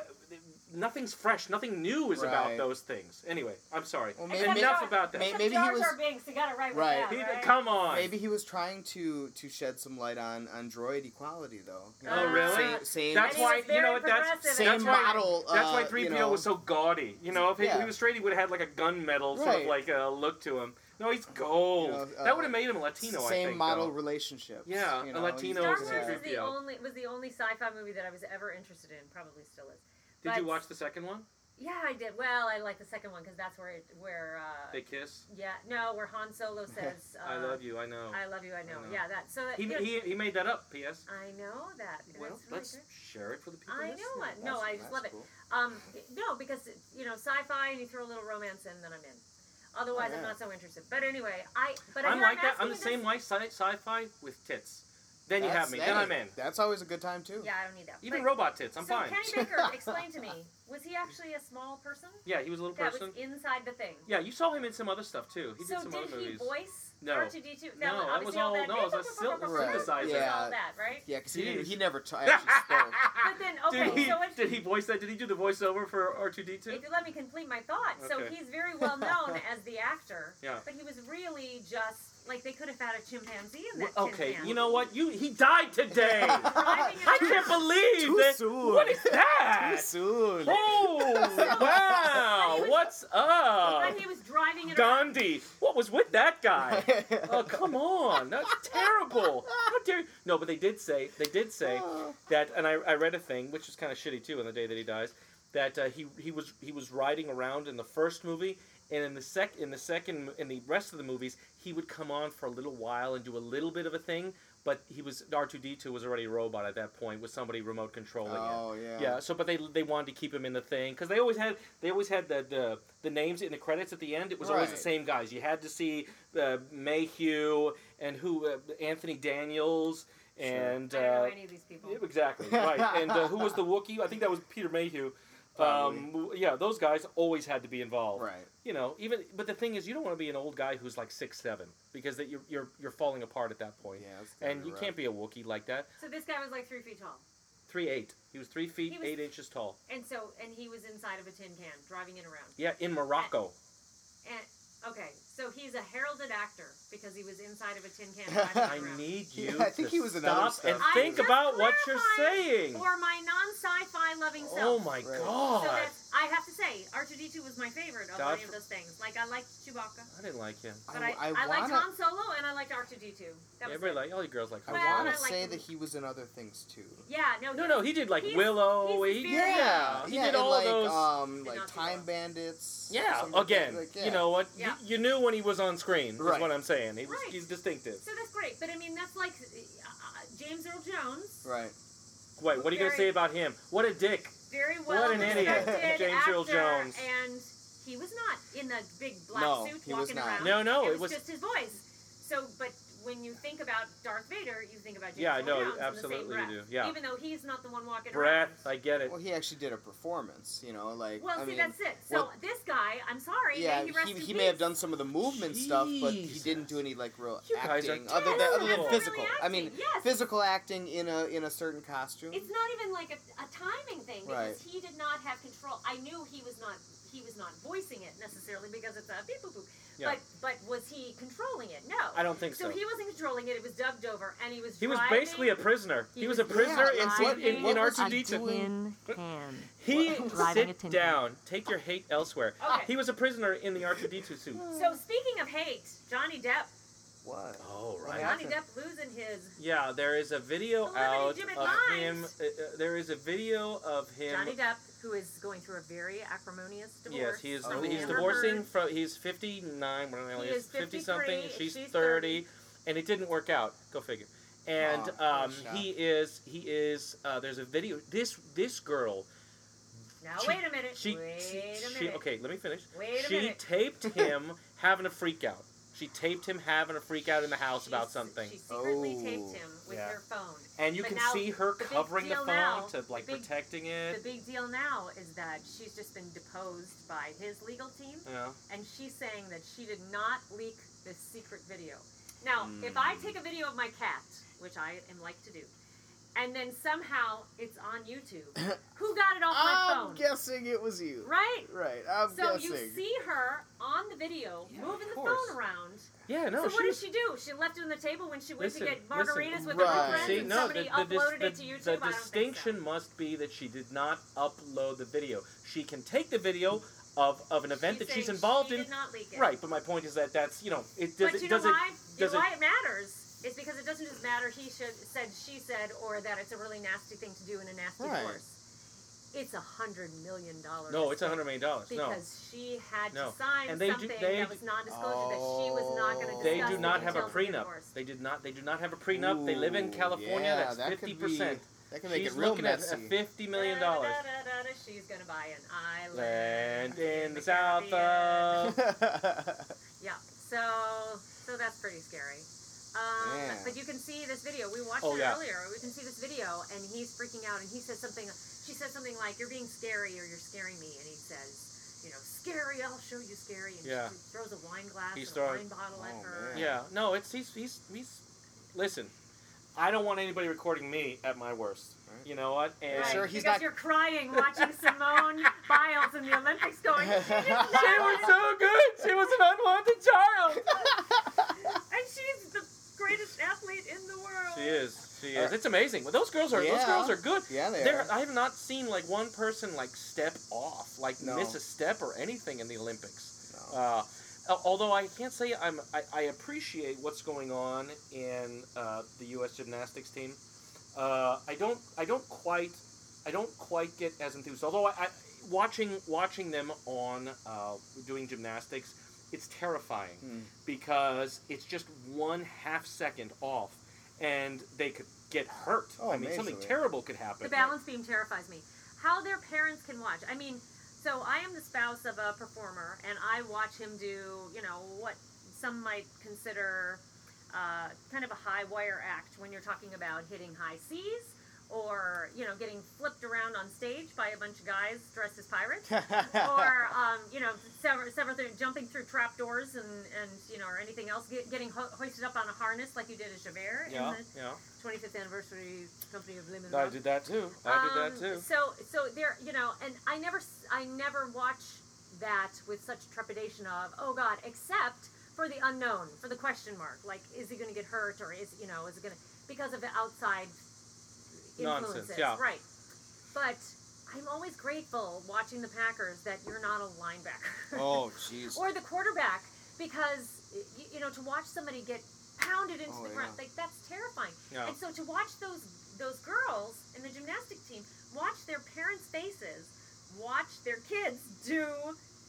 nothing's fresh, nothing new is about
Right.
those things. Anyway, I'm sorry.
Well,
Enough
maybe,
Except for-
about that.
may-
Except
maybe he
Jar
was-
Jar Binks. He got it right.
Right.
With
He-
that, right?
Come on.
maybe he was trying to to shed some light on on droid equality though. You
Oh,
know,
really?
Same, same
That's
And he
why
was
you
very
know what that's
progressive
same
that's why,
model.
That's
uh,
why
you
3PO
know.
was so gaudy. You know, if he, he
Yeah.
was straight, he would have had like a gunmetal sort of
Right.
like uh, look to him. No, he's gold.
You know,
that
uh,
would have made him a Latino. I
same
think,
model
though.
relationships.
Yeah,
you
a
know,
Latino
you
Star
knows
can
is
Wars
a
tell.
good
is the
deal.
only was the only sci-fi movie that I was ever interested in. Probably still is.
Did you
but-
watch the second one?
Yeah, I did. Well, I like the second one because that's where it, where uh,
They kiss.
yeah no where Han Solo says uh,
I love you. I know.
I love you. I know.
know.
Yeah, that. So that,
he,
you know,
he, he made that up. P.S.
I know that. and
Well,
that's really
let's
good.
share it for the people.
I know
listening.
what. No,
That's-
I just
that's
love it.
cool.
Um, no, because you know, sci-fi, and you throw a little romance in, then I'm in. Otherwise,
Oh,
I'm
yeah.
not so interested. But anyway, I but
I'm
here
like that.
asking
I'm the
you
same
this-
way sci- sci-fi with tits. Then you
That's-
have me.
that
Then
is-
I'm in.
That's always a good time too.
Yeah, I don't need that.
Even
But-
robot tits. I'm
so
fine.
Kenny Baker, explain to me, was he actually a small person
Yeah, he was a little
that
person.
was inside the thing?
Yeah, you saw him in some other stuff too. He
so
did some
did
other
he
movies.
voice
No.
R2D2?
No, that
obviously
was
all
all-
that
no, it was a sil-
synthesizer.
Yeah.
Yeah.
All that, right?
Yeah, because he didn't,
Jeez.
he never t- actually spoke.
But then, okay,
did, he,
so if,
did he voice that? Did he do the voiceover for R2D2?
if you let me complete my thought, so
Okay.
he's very well known as the actor,
Yeah.
but he was really just like they could have had a chimpanzee in
Well,
that. tin
Okay,
can.
you know what? You he died today. I can't believe
Too
that.
soon.
What is
Too
that?
soon.
Oh wow!
was-
What's up?
But he was driving it. around.
Gandhi. What was with that guy? Oh come on, that's terrible. How dare you? No, but they did say they did say that, and I, I read a thing which is kind of shitty too. On the day that he dies, that uh, he he was he was riding around in the first movie, and in the sec in the second in the rest of the movies he would come on for a little while and do a little bit of a thing, but he was R two D two was already a robot at that point with somebody remote controlling it.
Oh yeah.
Yeah. So, but they they wanted to keep him in the thing because they always had they always had the, the the names in the credits at the end. It was always the
Right.
same guys. You had to see uh, Mayhew and who uh, Anthony Daniels
Sure.
and
I don't know
uh,
any of these people.
yeah, exactly right. And uh, who was the Wookiee? I think that was Peter Mayhew. Um, w- yeah, those guys always had to be involved.
Right.
You know, even but the thing is, you don't want to be an old guy who's like six seven because that you're you're you're falling apart at that point.
Yeah. that's gotta
And
be
you
rough.
can't be a Wookiee like that.
So this guy was like three feet tall,
Three eight. He was three feet
He was-
eight inches tall.
and so and he was inside of a tin can driving it around.
Yeah, in Morocco.
And okay, so he's a heralded actor because he was inside of a tin can driving
I
it around.
need
Yeah,
you
I think
to
he was in other
stop
stuff.
and
I'm
think
just
about what you're
clarifying
saying.
for my non-sci-fi loving
Oh
self.
my
Right.
god.
So that's, I have to say, R2D2 was my favorite of
God
any of
for-
those things. Like I liked Chewbacca,
Oh, I didn't like him.
but I I,
wanna,
liked Han Solo and I liked R2D2. That was
Everybody
it.
like all you girls like him.
I
Well, I
wanna
like
say
him.
that he was in other things too.
yeah, no,
No, no, he did like
He's-
Willow.
he's
he,
very-
yeah, he
yeah,
did
and
all
like,
those.
Um,
Did
like
not do
time
those.
bandits.
yeah,
something like that.
again,
Like, yeah.
you know what? Y-
Yeah.
You, knew when he was on screen. Is
Right.
what I'm saying. He was,
Right.
He's distinctive.
So that's great, but I mean that's like uh, uh, James Earl Jones,
Right.
Wait, what are you gonna
Very-
say about him? What a dick.
very well
an idiot,
respected
James Earl
actor,
Jones.
and he was not in the big black
No,
suit
he was
walking
not.
around.
No, no,
it
it
was
was-
just his voice. So, but when you think about Darth Vader, you think about James
Yeah, I
Earl
know,
Jones in the same
absolutely you
breath,
do, yeah.
even though he's not the one walking
Breath.
around.
I get it.
Well, he actually did a performance. You know, like
Well,
I
see,
mean,
that's it. So
well-
this guy, I'm sorry,
yeah,
may he, rest
he,
in
he
peace.
may have done some of the movement stuff, but he
Jesus.
didn't do any like real
You guys are
acting other than
terrible.
other than
That's not
physical.
really
I mean,
acting, yes.
physical acting in a in a certain costume.
It's not even like a, a timing thing because
Right.
he did not have control. I knew he was not he was not voicing it necessarily because it's a beep boop boop.
Yeah.
But but was he controlling it? No.
I don't think so.
so he wasn't controlling it. It was dubbed over, and he was.
He was
driving.
basically a prisoner.
He
He was a
was
prisoner in,
Yeah, and
C-
what-
in,
and
in
what was
a
R2D2.
tin can.
He
Riding a
sit
tin can.
down. Take your hate elsewhere.
Okay.
He was a prisoner in the R2D2 suit.
So speaking of hate, Johnny Depp,
What?
Oh
right. Yeah.
Johnny Depp losing his
Yeah, there is a video
Celebrity
out
Jimmy
of
Lines.
him. Uh, uh, there is a video of him.
Johnny Depp, who is going through a very acrimonious divorce.
Yes, he is.
Oh.
from
He's
Amber
divorcing
Heard.
from. He's fifty nine. Whatever the hell
He
is,
is
fifty something.
53,
She's,
she's
30, and it didn't work out. Go figure. And
Oh,
um,
gosh, yeah.
he is. He is. Uh, there's a video. This this girl.
Now
She-
wait a minute.
She
wait
she,
a
she
minute.
okay. Let me finish.
Wait a
she
minute.
taped him having a freak out. She taped him having a freak out in the house
She
about
s-
something.
She secretly
Oh,
taped him with
yeah.
her phone.
and you
but
can
now
see her
the big
covering the
deal
phone
now-
to like
the big-
protecting
The
it.
big deal now is that she's just been deposed by his legal team,
yeah.
and she's saying that she did not leak this secret video. Now, if
Mm.
I take a video of my cat, which I am like to do, and then somehow it's on YouTube, who got it off my
I'm
phone?
guessing it was you.
right?
Right. I'm
So
guessing.
you see her on the video
Yeah,
moving
of
the
course.
phone around.
Yeah. No.
so
she
what
was
did she do? She left it on the table when she went
Listen,
to get
listen,
margaritas with
right.
her friends,
See,
and
no,
somebody
dis-
uploaded it to
the-
YouTube.
the
I don't
distinction
Think
must be that she did not upload the video. She can take the video of, of an
so.
event that
saying
she's involved
she
in.
Did not leak it.
Right, but my point is that that's you know it does
but
it
you
does
know
it
why? You
does
know
it-
why it matters is because it doesn't just matter. He should said, she said, or that it's a really nasty thing to do in a nasty
Right.
divorce. It's a hundred million dollars.
no, it's a hundred million dollars. No,
Because she had
No.
to sign
And they do-
something
they-
that was non-disclosure that she was not going
Oh.
to
they
discuss.
do
the
not have a
details of the
prenup.
divorce.
They did not. They do not have a prenup. they live in
Ooh,
California.
yeah,
that's
that could
fifty percent.
be- That can make
She's
it real
looking
messy.
at a fifty million dollars.
Da-da-da-da-da, She's gonna buy an island.
Land in the
Caribbean.
south of.
Yeah. So so that's pretty scary. Um,
Yeah.
But you can see this video. We watched
Oh,
it
yeah.
earlier. We can see this video, and he's freaking out, and he says something. She says something like, "You're being scary, or you're scaring me," and he says, "You know, scary. I'll show you scary." And
Yeah.
she throws a wine glass,
He's
and
throwing-
a wine bottle
Oh,
at her.
man.
Yeah, no, it's he's he's he's. Listen, I don't want anybody recording me at my worst.
Right.
You know what? And
Right,
Sure, he's
because
not-
you're crying watching Simone Biles in the Olympics
Oh,
going, she just
she was so good. She was an unwanted child.
and she's the greatest athlete in the world.
She is. She
All
is.
right.
It's amazing. Well, those girls are. Those
Uh, Yeah.
girls are good.
yeah, they
There,
are.
I have not seen like one person like step off, like
No.
miss a step or anything in the Olympics.
No.
Uh, al- although I can't say I'm, I, I appreciate what's going on in uh, the U.S. gymnastics team. Uh, I don't, I don't quite, I don't quite get as enthused. Although I, I watching watching them on uh, doing gymnastics, it's terrifying
Hmm.
because it's just one half second off, and they could get hurt.
Oh,
I mean, something
amazingly.
terrible could happen.
The balance beam terrifies me. How their parents can watch. I mean, so I am the spouse of a performer, and I watch him do, you know, what some might consider uh, kind of a high wire act when you're talking about hitting high seas or, you know, getting flipped around on stage by a bunch of guys dressed as pirates. or um, you know several several things, jumping through trapdoors and and you know or anything else get, getting ho- hoisted up on a harness like you did as Javert
Yeah,
in the
yeah.
25th anniversary company of Lemon.
I
Rock.
did that too. I
Um,
did that too.
So so there you know, and I never s- I never watch that with such trepidation of oh god, except for the unknown, for the question mark, like is he going to get hurt or is you know is it going to because of the outside
Nonsense,
influences,
yeah.
right? But I'm always grateful watching the Packers that you're not a linebacker
oh, jeez.
or the quarterback because y- you know to watch somebody get pounded into
Oh,
the
yeah.
ground like that's terrifying.
Yeah.
And so to watch those those girls in the gymnastic team watch their parents' faces, watch their kids do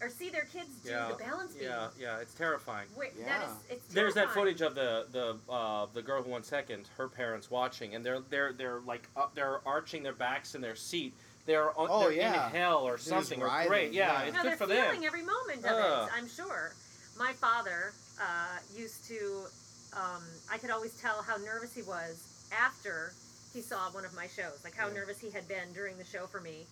or see their kids do
Yeah,
the balance beam.
Yeah, yeah, it's terrifying.
Wait, that
Yeah.
is it's
There's that
terrifying.
footage of the the uh, the girl who won second, her parents watching, and they're they're they're like up, they're arching their backs in their seat. They're on,
Oh,
they're
yeah.
in hell or
Just
something or
writhing,
great. Yeah,
yeah.
it's
no,
good
they're
for
feeling
them.
every moment of
Ugh.
it. I'm sure. My father uh, used to. Um, I could always tell how nervous he was after he saw one of my shows, like how
Yeah.
nervous he had been during the show for me,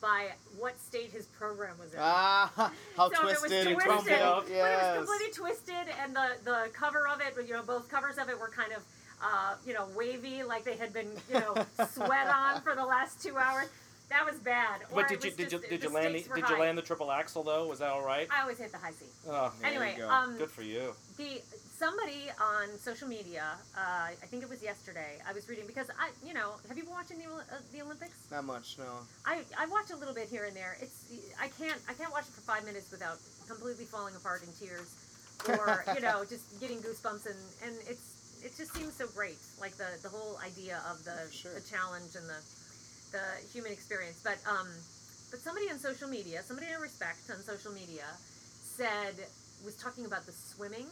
by what state his program was in.
Uh,
ah, how
So it was
twisted and
twisted.
twisted up.
But it was
Yes.
completely twisted, and the the cover of it, you know, both covers of it were kind of, uh, you know, wavy, like they had been, you know, sweat on for the last two hours. That was bad. Or
But
it
did you
was
did you
just-
did
the
you land the,
stakes were
did
high.
you land the triple axle though? Was that all right?
I always hit the high C.
Oh,
There you
anyway,
go.
um,
good for you.
the somebody on social media, uh, I think it was yesterday. I was reading because I, you know, have you been watching the Oli- uh, the Olympics?
Not much, no.
I, I watch a little bit here and there. It's I can't I can't watch it for five minutes without completely falling apart in tears, or you know just getting goosebumps and and it's it just seems so great like the the whole idea of the
Sure.
the challenge and the the human experience. But um, but somebody on social media, somebody I respect on social media, said was talking about the swimming,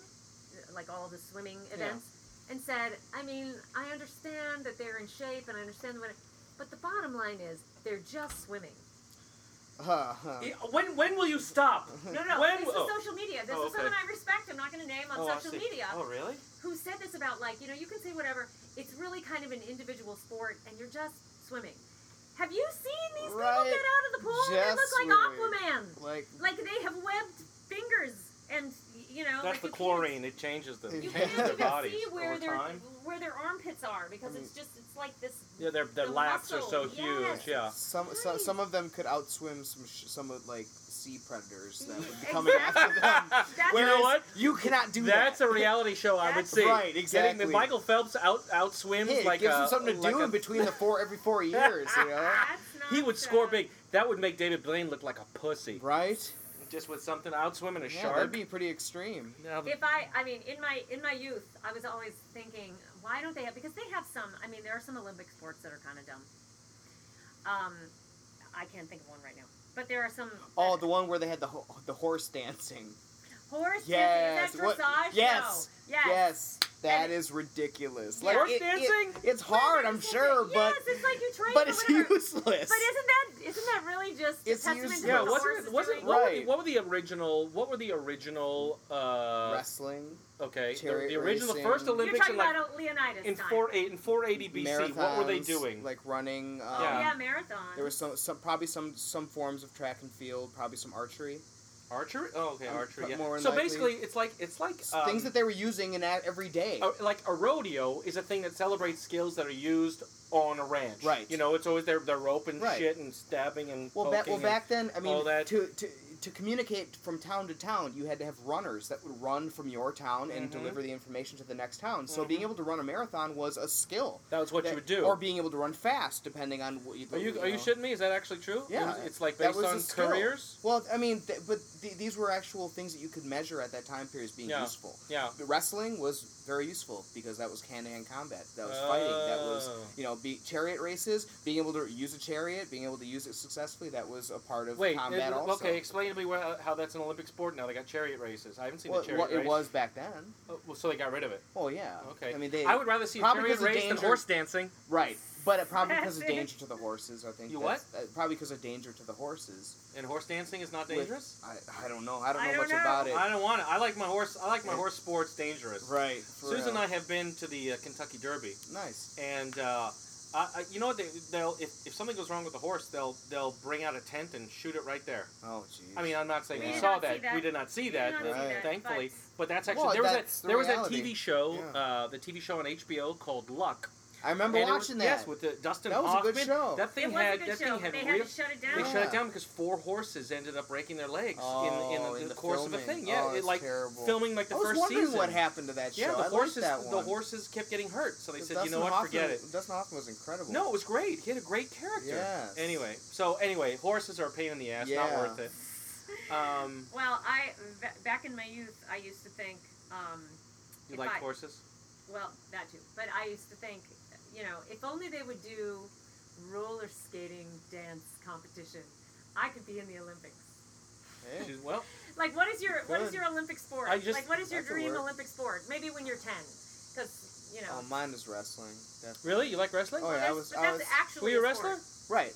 like all the swimming events, and said, I mean, I understand that they're in shape and I understand what, but the bottom line is they're just swimming.
Huh, huh.
Yeah, When when will you stop?
No, no,
When-
this was
oh.
social media. This
Oh,
was
okay.
someone I respect. I'm not going to name on
oh, I
social
see.
media
Oh, really?
who said this about like you know you can say whatever. It's really kind of an individual sport, and you're just swimming. Have you seen these people
Right.
get out of the pool? they
Just
look like
swimming.
Aquaman.
Like,
Like they have webbed fingers, and you know like
That's the
you can't-
chlorine. It changes them.
You can't
It changes their
even
bodies
see where
over
their
time.
where their armpits are because
I
it's just it's like this.
Yeah, their their
the
laps are so
muscle, yes.
huge. Yeah.
some, some
Nice.
some of them could outswim some sh- some of like sea predators that would be
Yeah,
coming after them.
exactly. That's
You know
Whereas
what?
You cannot do
That's
that.
a reality show I would
That's-
see.
Right,
Getting
exactly.
the Michael Phelps out out swims
Hey, it
like
gives
a,
them something to
like
do
a-
in between the four every four years, you know.
That's not,
He would
uh,
score big. That would make David Blaine look like a pussy.
Right?
Just with something out swimming a
Yeah,
shark.
that'd be pretty extreme.
Now the-
If I, I mean, in my in my youth, I was always thinking, why don't they have? Because they have some. I mean, there are some Olympic sports that are kind of dumb. Um, I can't think of one right now, but there are some.
Oh, the one where they had the ho- the horse dancing.
horse
Yes,
dancing. Is
what-
that dressage?
yes,
No. Yes.
Yes, that
And-
is ridiculous.
Yeah.
Horse
it- it-
dancing?
it's hard, I'm sure,
yes,
but
it's like you train
but
or
it's
whatever.
useless.
But isn't that isn't that really just a
It's
testament to
useless.
Yeah,
what the
wasn't
horse
it,
is
wasn't
doing?
what were, the,
Right.
what were the original what were the original uh
Wrestling,
okay the,
chariot
the original
racing.
first
You're
You're
Olympics
talking
in like
about Leonidas
in
time.
four eight in four eighty BC what were they
marathons,
doing
Like running. Um,
Oh, yeah, marathon.
There was some, some probably some some forms of track and field, probably some archery.
archery oh okay
Um,
archery
but
yeah.
more than
so
likely-
basically it's like it's like
S-
um, Oh,
Things that they were using in a- every day.
a- like a rodeo is a thing that celebrates skills that are used on a ranch
Right.
you know it's always their their rope and
Right.
shit and stabbing and
well, back,
poking
well,
and-
back then, I
all
mean,
that-
to, to to communicate from town to town, you had to have runners that would run from your town and
Mhm.
deliver the information to the next town. So
Mhm.
being able to run a marathon was a skill.
that was what
that-
you would do
or being able to run fast, depending on what you.
are you
know.
are you shitting me is that actually true It
Yeah.
was- it's like
That
based
was a
on
skill.
careers
Well, I mean, th- but th- these were actual things that you could measure at that time period as being
Yeah.
useful.
yeah
The wrestling was very useful because that was hand-to-hand combat. That was fighting. That was
Oh.
you know, be, chariot races, being able to use a chariot, being able to use it successfully. That was a part of
Wait,
combat.
it-
also,
okay, explain to me where, how that's an Olympic sport now. They got chariot races. I haven't seen
Well,
a chariot
well,
race.
it was back then.
Oh, well, so they got rid of it.
Well, yeah.
Okay.
I mean, they
I would rather see a
probably
chariot
'cause of
race than
danger.
horse dancing.
right, but it, probably because of
That's it.
danger to the horses. I think
You
that's- Uh, probably because of danger to the horses.
And horse dancing is not
With-
dangerous.
I, I don't know. I don't
I
know
don't
much
know.
about it.
I don't want it. I like my horse. I like my
Yeah.
horse sports dangerous.
right. for
Susan and I
real.
have been to the uh, Kentucky Derby,
Nice.
and uh, I, I, you know what? They, they'll if, if something goes wrong with the horse, they'll they'll bring out a tent and shoot it right there.
Oh, jeez.
I mean, uh, I'm not saying
We
we,
did
saw
not see
that.
that.
We did not see
We did
that, uh,
not
see that,
thankfully.
but-
But that's actually
Well,
there was
that's
a
the
there was a
reality.
TV show,
Yeah.
uh, the TV show on HBO called Luck.
I remember
And it
watching
was-
that.
Yes, with the Dustin
That was a good
Hoffman.
show.
That thing
it was
had
a good
that
show.
thing had
they
real-
had to shut it down.
They shut
Yeah.
it down because four horses ended up breaking their legs in, in,
Oh,
the,
in the
course of a
filming.
thing. Yeah,
Oh,
it,
that's
like
terrible.
filming like the
I was
first
wondering
season.
what happened to that show.
Yeah,
I
the
liked
horses
that one.
the horses kept getting hurt, so they said,
Dustin
you know what,
Hoffman,
forget it.
Dustin Hoffman was incredible.
No, it was great. He had a great character.
Yes.
Anyway, so anyway, horses are a pain in the ass. Not
Yeah.
worth it. Um,
Well, I ba- back in my youth, I used to think, um,
you
If
like
I-
horses?
well, that too, but I used to think, you know, if only they would do roller skating dance competition, I could be in the Olympics.
Yeah.
She's- Well,
Like, what is your what is
Good.
your Olympic sport?
I just-
like, what is your
that could
dream
work.
Olympic sport? Maybe when you're ten, because you know.
Um,
Oh, mine is wrestling. That's
really, you like wrestling?
Oh, yeah, I
that's-
was-
but
I
that's
was-
actually
Were you a
a sport.
wrestler?
right.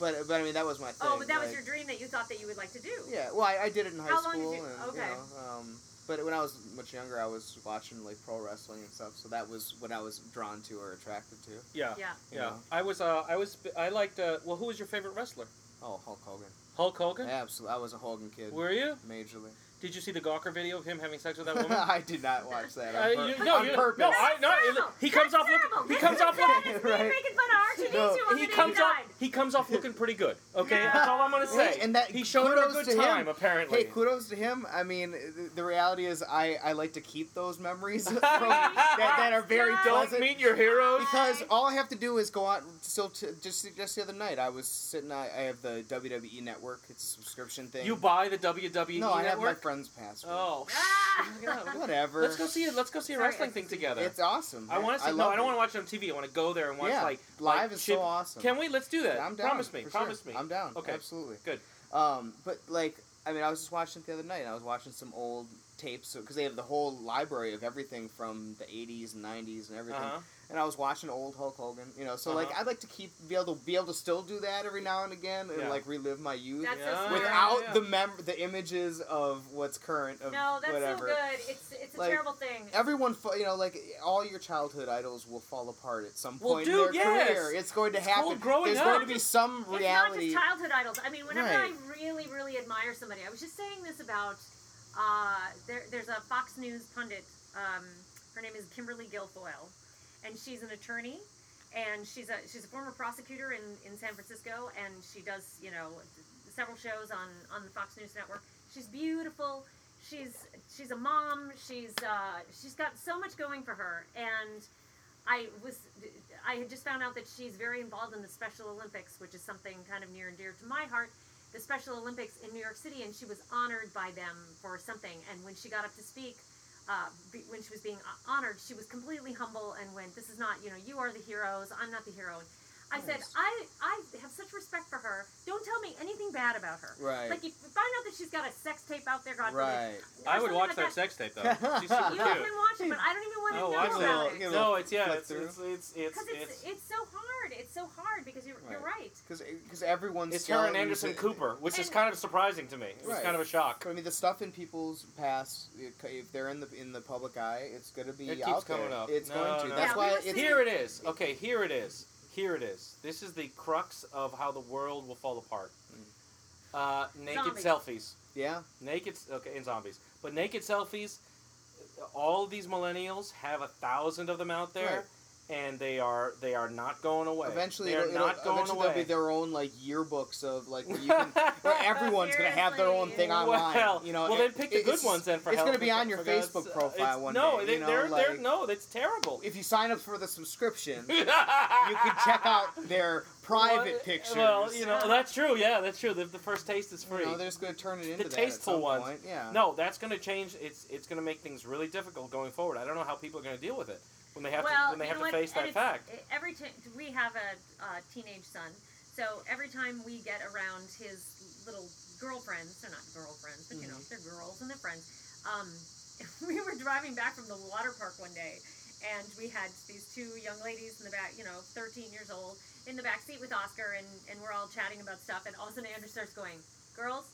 But but I mean that was my thing.
Oh, but that was
like-
your dream that you thought that you would like to do.
Yeah. Well, I, I did it in high
How long did
school.
you-
and,
okay.
know, um, but when I was much younger, I was watching like pro wrestling and stuff. So that was what I was drawn to or attracted to. you
Yeah.
Yeah.
Yeah.
know.
I was. Uh, I was. I liked. Uh, well, who was your favorite wrestler?
Oh, Hulk Hogan.
Hulk Hogan.
Absolutely. I was a Hogan kid.
Were you?
Majorly.
Did you see the Gawker video of him having sex with that woman?
I did not watch that.
Uh,
On, pur-
you- no,
on
you-
purpose.
no, I-
That's
no, it-
terrible.
he comes
That's
off look-
terrible.
he
This
comes
is
off
bad
look-
as me
Right.
making fun of R2D2
No,
on the
he
day
comes
he
off-
died.
He comes off looking pretty good. Okay,
Yeah.
that's all I'm gonna say.
And that-
he showed her a
kudos
good
to him.
time, apparently.
Hey, kudos to him. I mean, th- the reality is, I, I like to keep those memories from, that, that are very
Don't
Don't
pleasant.
meet your heroes.
Because all I have to do is go out. So t- just just the other night, I was sitting. I, I have the WWE Network. It's a subscription thing.
You buy the WWE
no, I have my
network?
friend's password.
Oh.
Ah!
yeah.
whatever.
Let's go see it. Let's go see a
Sorry,
wrestling
I
thing
see.
together.
It's awesome.
I want to see. No,
love
I don't
it.
want to watch it on TV. I want to go there and watch
Yeah,
like
live
like
is
chip-
so awesome.
Can we? Let's do that.
I'm down.
Promise me.
for sure.
Promise me.
I'm down.
Okay.
Absolutely.
Good.
Um, but like, I mean, I was just watching it the other night. and I was watching some old tapes because they have the whole library of everything from the '80s and '90s and everything.
Uh-huh.
And I was watching old Hulk Hogan. You know, so like,
Uh-huh.
I'd like to keep be able to be able to still do that every now and again and
Yeah.
like relive my youth.
That's so
Yeah.
smart.
Without
Yeah.
the mem- the images of what's current of
No, that's
whatever,
so good. It's it's a
Like,
terrible thing.
everyone, fa- you know, like all your childhood idols will fall apart at some
Well,
point
dude,
in their
yes.
career. It's going to happen.
called growing
There's
up.
going to be some reality.
It's not just childhood idols. I mean, whenever
Right.
I really, really admire somebody, I was just saying this about uh, there, there's a Fox News pundit. Um, her name is Kimberly Guilfoyle, and she's an attorney, and she's a she's a former prosecutor in, in San Francisco, and she does you know several shows on on the Fox News network. She's beautiful. She's she's a mom. She's uh, she's got so much going for her, and I was I had just found out that she's very involved in the Special Olympics, which is something kind of near and dear to my heart. The Special Olympics in New York City, and she was honored by them for something. And when she got up to speak, uh, be, when she was being ho- honored, she was completely humble and went, "This is not, you know, you are the heroes. I'm not the hero." And I said,
Nice.
"I I have such respect for her. Don't tell me anything bad about her.
Right.
Like if you find out that she's got a sex tape out there, God forbid,
right.
or
I would
something
watch
like
that sex tape though. She's super
You
cute.
can watch it, but I don't even want to
Oh, watch
know
that.
about it.
Give it
No, it's yeah.
flick
It's
through.
it's it's it's,
Because it's,
it's,
it's so hard. It's so hard because you're you're right.
Because everyone's
it's
still
her and Anderson
is-
Cooper, which is
And-
kind of surprising to me. It was
Right.
kind of a shock.
I mean, the stuff in people's past, it- if they're in the in the public eye, it's going to be
It keeps
out there.
coming up.
It's
No,
going to.
no.
That's
Yeah, we
why
were
it's
saying-
Here it is. Okay, here it is. Here it is. This is the crux of how the world will fall apart.
Mm.
Uh, naked
Zombies.
selfies.
yeah.
Naked, okay, and zombies. But naked selfies, all of these millennials have a thousand of them out there, and they are they are not going away.
Eventually,
they are
it'll,
not
it'll-
going
eventually
away.
there'll be their own like yearbooks of like you can, where everyone's going to have their own thing online.
Well,
you know,
well,
it-
then pick the
it-
good
it's-
ones then for
it's
going
gonna
to
be on your Facebook profile one
no,
day,
They,
you know,
they're, they're,
like-
no, that's terrible.
If you sign up for the subscription,
you
you can check out their private pictures.
Well, you know that's true. Yeah, that's true. The, the first taste is free.
You know, they're just going to turn it into that at
tasteful
some
ones.
Point. Yeah.
No, that's going to change. It's it's going to make things really difficult going forward. I don't know how people are going to deal with it when they have to
well,
when they
you
have
know
to
what?
face
And
that
it's-
fact.
e- Every t- we have a uh, teenage son, so every time we get around his little girlfriends, they're not girlfriends, but you know
Mm-hmm.
they're girls and they're friends. Um, we were driving back from the water park one day, and we had these two young ladies in the back, you know, 13 years old, in the back seat with Oscar, and, and we're all chatting about stuff, and all of a sudden Andrew starts going, "Girls,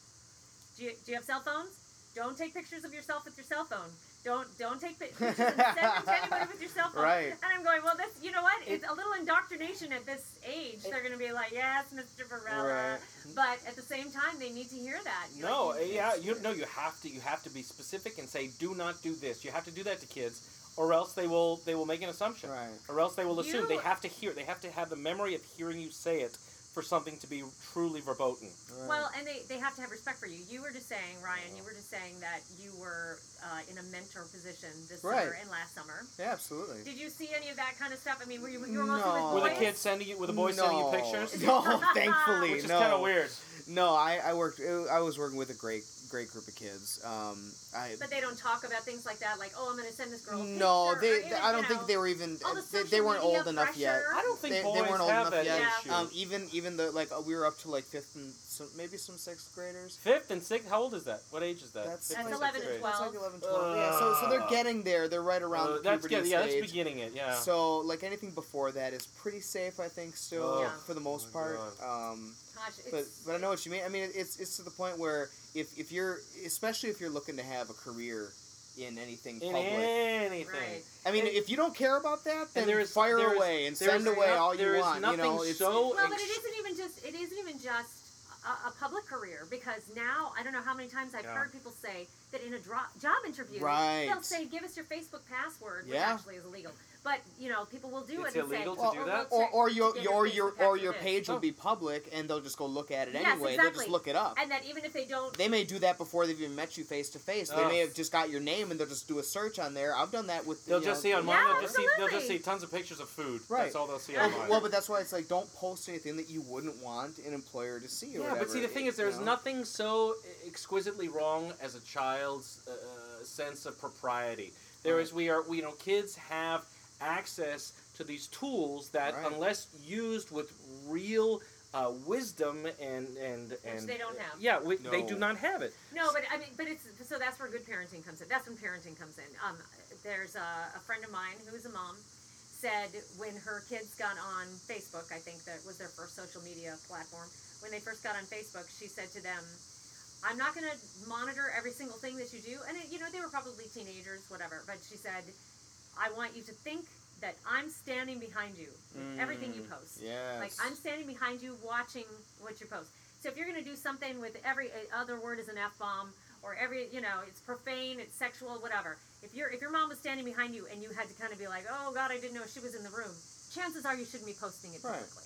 do you, do you have cell phones? Don't take pictures of yourself with your cell phone. Don't don't take pic- pictures and send them to anybody with your cell phone."
Right.
And I'm going, well, that's you know what? It's a little indoctrination at this age. They're going to be like, yes, Mr. Varela,
Right.
but at the same time, they need to hear that. You're
No, eh,
like,
yeah, you no, you have to you have to be specific and say do not do this. You have to do that to kids, or else they will they will make an assumption,
Right.
or else they will assume they
You-
have to hear they have to have the memory of hearing you say it for something to be truly verboten.
Right.
Well, and they, they have to have respect for you. You were just saying, Ryan, you were just saying that you were uh, in a mentor position this summer
Right.
and last summer.
yeah, absolutely.
Did you see any of that kind of stuff? I mean, were you, you were mostly
No.
with
Were the
boys?
kids sending you? Were the boys sending you pictures?
No, thankfully,
Which is
no.
kind of weird.
No, I, I worked. I was working with a great, great group of kids. Um, I
But they don't talk about things like that, like, oh, I'm going to send this girl a
no,
picture," or
they.
even,
I don't
you know,
think they were even.
all the
They, they
social
weren't
media
old enough yet.
pressure.
I don't think
They,
boys
they weren't old
have
enough
that
yet.
issue.
Um, even even the like uh, we were up to like fifth and some, maybe some sixth graders.
Fifth and sixth. How old is that? What age is that?
That's,
Fifth
That's
like,
sixth
11 and
grade.
12.
That's like 11, 12. yeah, so so they're
Ugh.
getting there. They're right around
Uh,
the
that's
puberty
good. Yeah,
stage.
that's beginning it. Yeah.
So like anything before that is pretty safe, I think, still
Oh,
Yeah.
for the most
my
part.
God.
Um,
Gosh, it's,
but but I know what you mean. I mean, it's it's to the point where if if you're especially if you're looking to have a career in anything
in
public,
anything.
Right.
I mean,
and-
if you don't care about that, then
there is-
fire
there is-
away and
there is
send away
no-
all you
there is
want. You know,
nothing
it's
so
Well, but
ex-
it isn't even just it isn't even just a, a public career because now I don't know how many times I've
Yeah.
heard people say that in a dro- job interview
Right.
they'll say give us your Facebook password, which
Yeah.
actually is illegal. But you know, people will do
It's
it. and say,
illegal to
"Oh,
do
we'll
that?
Or,
check
or
to
your
get
your
face
your
if that's
or
what
your
it is."
page will
Oh.
be public, and they'll just go look at it
Yes,
anyway. They'll just
exactly.
look it up.
And then even if they don't,
they may do that before they've even met you face to face. They
Ugh.
may have just got your name and they'll just do a search on there. I've done that with.
They'll
you
just
know,
see online.
Yeah,
they'll just see. They'll just
absolutely.
see tons of pictures of food.
Right.
That's all they'll see
Well,
online.
well, but that's why it's like don't post anything that you wouldn't want an employer to see. Or
yeah,
whatever,
but see, the thing is,
you
there's
know?
nothing so exquisitely wrong as a child's uh, sense of propriety. There
Right.
is, we are, we, you know, kids have access to these tools that,
Right.
unless used with real uh, wisdom and and and
they don't have.
Yeah, we, they do
No.
not have it.
no, but I mean, but it's so that's where good parenting comes in. That's when parenting comes in. Um, there's a, a friend of mine who's a mom said when her kids got on Facebook, I think that was their first social media platform. When they first got on Facebook, she said to them, "I'm not going to monitor every single thing that you do." And it, you know, they were probably teenagers, whatever. But she said, "I want you to think that I'm standing behind you, with everything you
Mm,
post."
Yes.
Like I'm standing behind you, watching what you post. So if you're going to do something with every other word is an f bomb or every you know it's profane, it's sexual, whatever. If your if your mom was standing behind you and you had to kind of be like, oh God, I didn't know she was in the room. Chances are you shouldn't be posting it
Right.
publicly.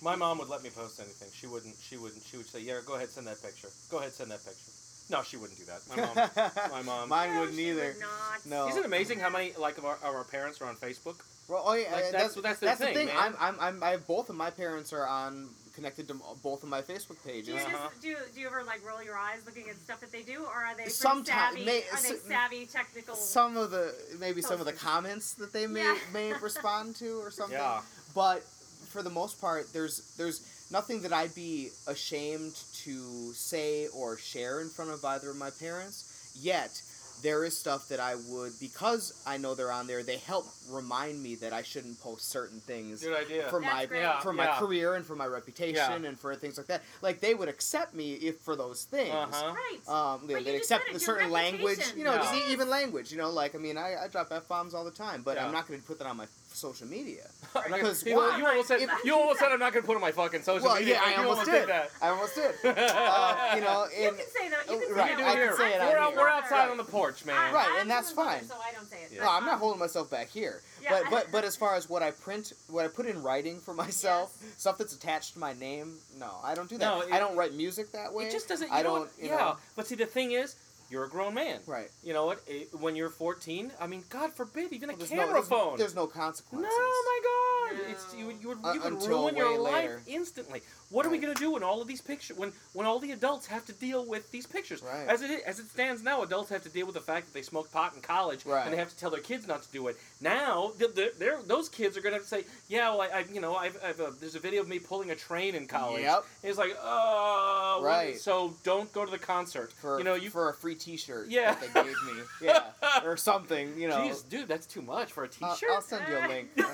My mom would let me post anything. She wouldn't. She wouldn't. She would say, "Yeah, go ahead, send that picture. Go ahead, send that picture." No, she wouldn't do that. My mom. my mom-
Mine
No,
wouldn't
she would
either.
not.
No.
Isn't it amazing how many like of our, of our parents are on Facebook?
Well, oh yeah,
Like,
uh,
that's-
that's
that's the
that's
thing, man.
I'm, I'm, I'm, I have both of my parents are on connected to both of my Facebook
Do
pages.
you,
Uh-huh.
just, do, you- do you ever like roll your eyes looking at stuff that they do, or are they pretty
Sometime-
savvy?
may-
are they
s-
savvy technical?
Some of the maybe some of the
Posters.
comments that they may
Yeah.
may respond to or something.
Yeah.
But for the most part, there's there's nothing that I'd be ashamed to say or share in front of either of my parents. Yet there is stuff that I would because I know they're on there. They help remind me that I shouldn't post certain things
Good idea.
for
That's
my
great.
Yeah,
for
yeah.
my career and for my reputation
Yeah.
and for things like that. Like they would accept me if for those things.
Uh-huh.
right.
Um,
But
they,
you
they
just
accept
said it,
a
your
certain language,
reputation.
you know, just
Yeah.
e- even language, you know. Like I mean, I, I drop f bombs all the time, but
Yeah.
I'm not going to put that on my social media.
I'm not
Because
gonna- you,
why?
you almost said
If-
you almost said I'm not gonna put on my fucking social
well,
media.
yeah,
but
I
you
almost did.
that.
I almost did. Uh, you know,
you
and
can say that. You
oh,
can say
right,
that.
I can
word.
say it
we're,
on
out,
here.
we're outside
Right.
on the porch, man.
I-
Right,
I'm
and that's
Jewish mother,
fine.
So I don't say it.
Yeah.
no, I'm
Um,
not holding myself back here.
Yeah.
But but but as far as what I print, what I put in writing for myself, stuff that's attached to my name, no, I don't do that.
No, it-
I don't write music that way.
It just doesn't. You
I
know
don't.
what-
you
yeah,
know,
but see, the thing is, you're a grown man.
right.
You know what? It- when you're 14, I mean, God forbid, even a
Well, there's no-
camera
there's-
phone.
There's no
no,
consequences.
my God!
No.
It's you. would- You would,
Uh,
you would
until
ruin your
way
life
later.
instantly. What are we
Right.
gonna do when all of these pictures? When when all the adults have to deal with these pictures?
Right.
As it i- as it stands now, adults have to deal with the fact that they smoked pot in college,
Right.
and they have to tell their kids not to do it. Now, th th they're, those kids are gonna have to say, "Yeah, well, I, I you know, I've, I've uh, there's a video of me pulling a train in college."
Yep.
It's like, oh, well,
Right.
So don't go to the concert.
For,
you know, you
for a free T-shirt
Yeah.
that they gave me, yeah, or something, you know.
Jeez, dude, that's too much for a
I'll,
T-shirt.
I'll send you a link. no,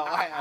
I, I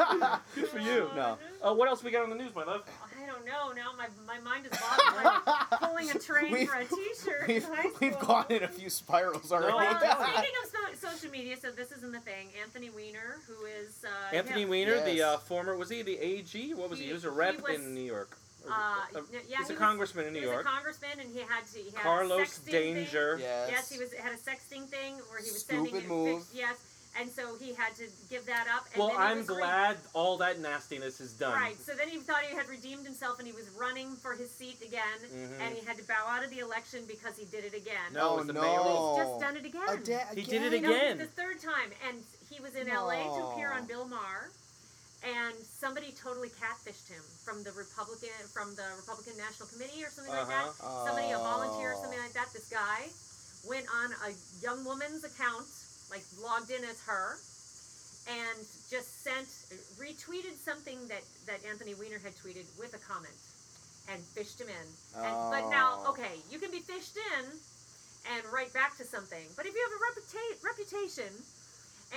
don't know.
Good for you.
No.
Uh, what else we got on the news, my love?
I don't know. Now my, my mind is boggling. I'm pulling a train
We've-
for a T-shirt.
we've,
in high
we've
school.
gone in a few spirals already.
No,
Uh,
Yeah.
speaking of so- social media, so this isn't the thing. Anthony Weiner, who is uh,
Anthony
him-
Weiner, the
Yes.
uh, former was he the AG? What was he? He
He-
was a
he
rep
was,
in New York. Or-
uh,
uh,
no, yeah,
he's
he
a
was-
congressman in
he
New
was
York.
a congressman, and he had to. He had a
Carlos
sexting thing.
Danger.
Yes.
Yes, he was had a sexting thing where he was
Stupid
sending
move.
Pic- yes, and so he had to give that up. And
Well,
then he
I'm
was re-
glad all that nastiness is done.
Right. So then he thought he had redeemed himself, and he was running for his seat again,
Mhm.
and he had to bow out of the election because he did it again.
No, it was
Oh,
the
no.
mayoral.
He's just done it again.
A da-
He did it
again?
No,
again.
the third time, and he was in LA to appear on
No.
Bill Maher, and somebody totally catfished him from the Republican from the Republican National Committee or something like that. Somebody, a volunteer or something like that. This guy went on a young woman's account, like logged in as her, and just sent retweeted something that that Anthony Weiner had tweeted with a comment, and fished him in. And, But now,
Oh.
okay, you can be fished in and right back to something. But if you have a reputa- reputation,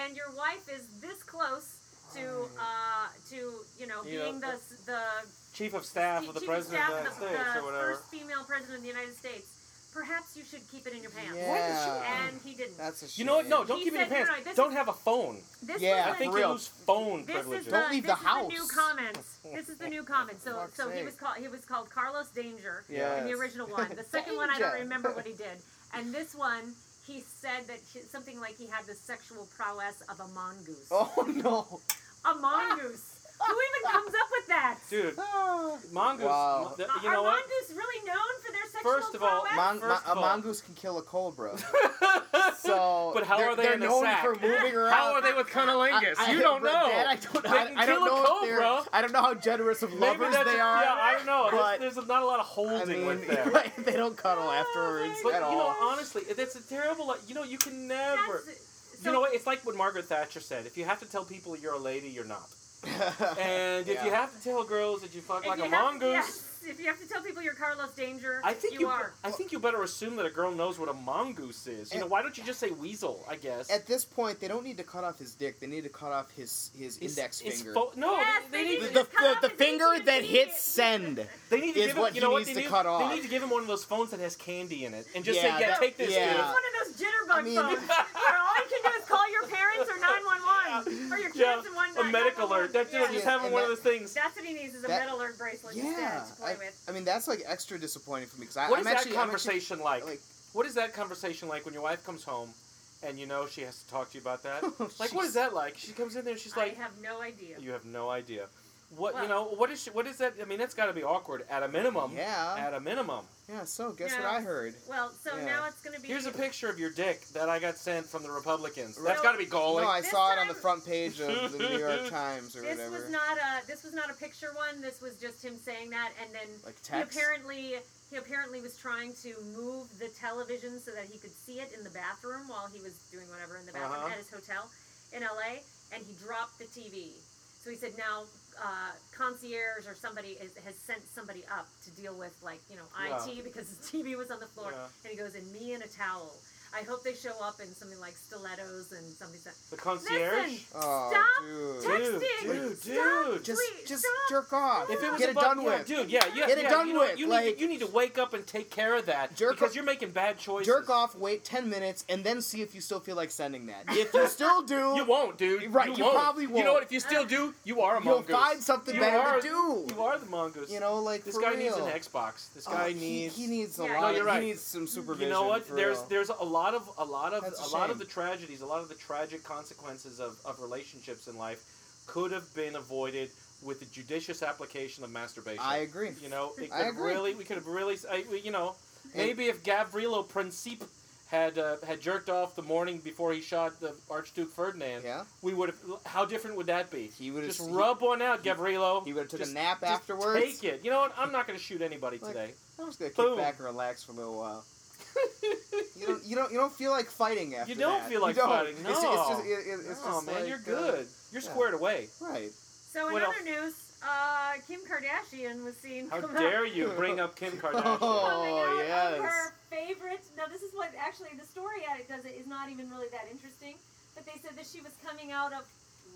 and your wife is this close to uh, to you know
You
being
know, uh,
the the
Chief of staff of the
chief
president
staff
of the United
the,
States
the
or whatever.
first female president of the United States, perhaps you should keep it in your pants.
Yeah.
And he didn't.
That's a shame.
You know what? No, don't
He
keep it in
said,
your
no,
pants.
no, this
don't
is-
have a phone.
this
Yeah,
I
was
think
for
the,
you
real.
lose phone
this is
privileges.
the,
Don't leave
this
the
Is the new
house.
comments. This is the new comments. So
Fuck's
so he
sake.
was called he was called Carlos Danger in the
Yes.
original one. The second one I don't
Danger.
remember what he did. And this one he said that he, something like he had the sexual prowess of a mongoose.
Oh no.
A mongoose. Who even comes up with that?
dude.
Ah.
Mongoose.
Wow.
mo- the-
Are-
you
Are
know what?
Uh, mongoose really known for their sexual
First of all,
prowess?
Mon-
First of
mon- a
all-
mongoose can kill a cobra. So,
But how
they're,
are they
they're
in the
known
sack?
for moving around.
How are they with cunnilingus?
I- I-
you don't
but
know.
That I don't,
can
I, I don't
kill a
know. if they're-
cobra.
I don't know how generous of
Maybe
lovers
that's
they
a-
are.
Yeah, I don't know.
but-
there's, there's not a lot of holding
I mean,
with them.
right, they don't cuddle afterwards
But
at
you
all.
know, honestly, that's a terrible. like, You know, you can never.
That's-
you
so-
know what? It's like what Margaret Thatcher said: if you have to tell people you're a lady, you're not. And if
Yeah.
you have to tell girls that you fuck
if
like
you
a
have-
mongoose,
yes, if you have to tell people you're Carlos Danger,
I think
you, are.
I think you better assume that a girl knows what a mongoose is. You know,
At-
why don't you just say weasel? I guess.
at this point, they don't need to cut off his dick. They need to cut off his his
It's-
index
it's
finger.
fo- no,
Yes,
they,
they
need to
the
need
the,
Cut
the,
off
the
his
finger
index
that
finger.
hits send.
They need to
is
give him,
what
you
he
know what
needs
they
to
need,
cut off.
They need to give him one of those phones that has candy in it, and just
Yeah,
say, "Yeah,
that-
take this,
yeah.
It's
dude."
one of those
I
jitterbug
mean-
phones where all you can do is call your parents or 911 or your kids
Yeah,
and one
A medic
911.
alert. That dude
yeah.
just
Yeah,
having
and
one of
that-
those things.
That's what he needs is a
That-
metal alert bracelet
Yeah,
instead to
I,
play with.
I mean that's like extra disappointing for me because I'm
What is that
actually I'm actually-
conversation like?
like
What is that conversation like when your wife comes home, and you know she has to talk to you about that? like, what
Jeez.
is that like? She comes in there, and she's
I
like,
have no idea.
"You have no idea." What
Well-
you know? What is she, what is that? I mean, that's got to be awkward at a minimum.
yeah
At a minimum.
yeah. So guess
No.
what I heard.
Well, so
Yeah.
now it's going to be.
Here's a picture of your dick that I got sent from the Republicans.
Right.
That's got to be galling.
no, I
This
saw it on
time-
the front page of the New York Times or
This
whatever.
was not a. This was not a picture one. This was just him saying that, and then
like
he
text.
apparently he apparently was trying to move the television so that he could see it in the bathroom while he was doing whatever in the bathroom
Uh-huh.
at his hotel in LA, and he dropped the TV. So he said now uh, concierge or somebody is, has sent somebody up to deal with like you know IT because his TV was on the floor,
Yeah.
and he goes and me in a towel. I hope they show up in something like stilettos and something. That,
the concierge.
Listen,
Oh,
Stop
dude.
text-
texting,
dude,
stop,
dude.
just
tweet,
just
stop.
jerk off.
If it was
Get
a
it
bu-
done
yeah,
with.
dude, yeah, yeah,
Get it
yeah,
done
you know,
with,
You need,
like-
to, you need to wake up and take care of that
Jerk
because
off-
you're making bad choices.
Jerk off, wait ten minutes, and then see if you still feel like sending that. If you still do,
You won't, dude.
Right, you
won't.
probably
You
won't.
know what? If you still do, you are a
you'll
mongoose.
find something
You
better
are-
to do.
You are the mongoose.
You know, like
this
for
guy needs
real.
an Xbox. This
Oh,
guy
he-
needs.
He, needs a
Yeah,
lot.
no,
you're
of,
right.
He needs some supervision.
you know what?
For
There's
real.
there's a lot of a lot of
That's a
a, lot of
shame.
the tragedies, a lot of the tragic consequences of, of relationships in life could have been avoided with the judicious application of masturbation.
I agree.
You know, it could
I
have
agree.
really, we could have really, I, we- you know,
It-
maybe if Gavrilo Princip had uh, had jerked off the morning before he shot the Archduke Ferdinand,
yeah,
we would have. How different would that be?
he would have.
Just rub one out, Gavrilo.
He, would have took
Just-
a nap
just
afterwards.
Take it. You know what? I'm not going to shoot anybody
Like-
today.
I'm just gonna kick
Boom.
back and relax for a little while. you don't. You don't. You don't feel like fighting after.
don't
that.
feel like
you don't.
fighting,
It's, it's
no.
just. It, it, it's
oh
just
man,
like,
you're
uh,
good. you're
yeah.
squared away.
right.
So in
What
other news, uh, Kim Kardashian was seen.
How
come
dare
out,
you bring up Kim Kardashian?
Oh.
Coming out of
yes.
her favorite. Now this is what actually the story at it does it is not even really that interesting, but they said that she was coming out of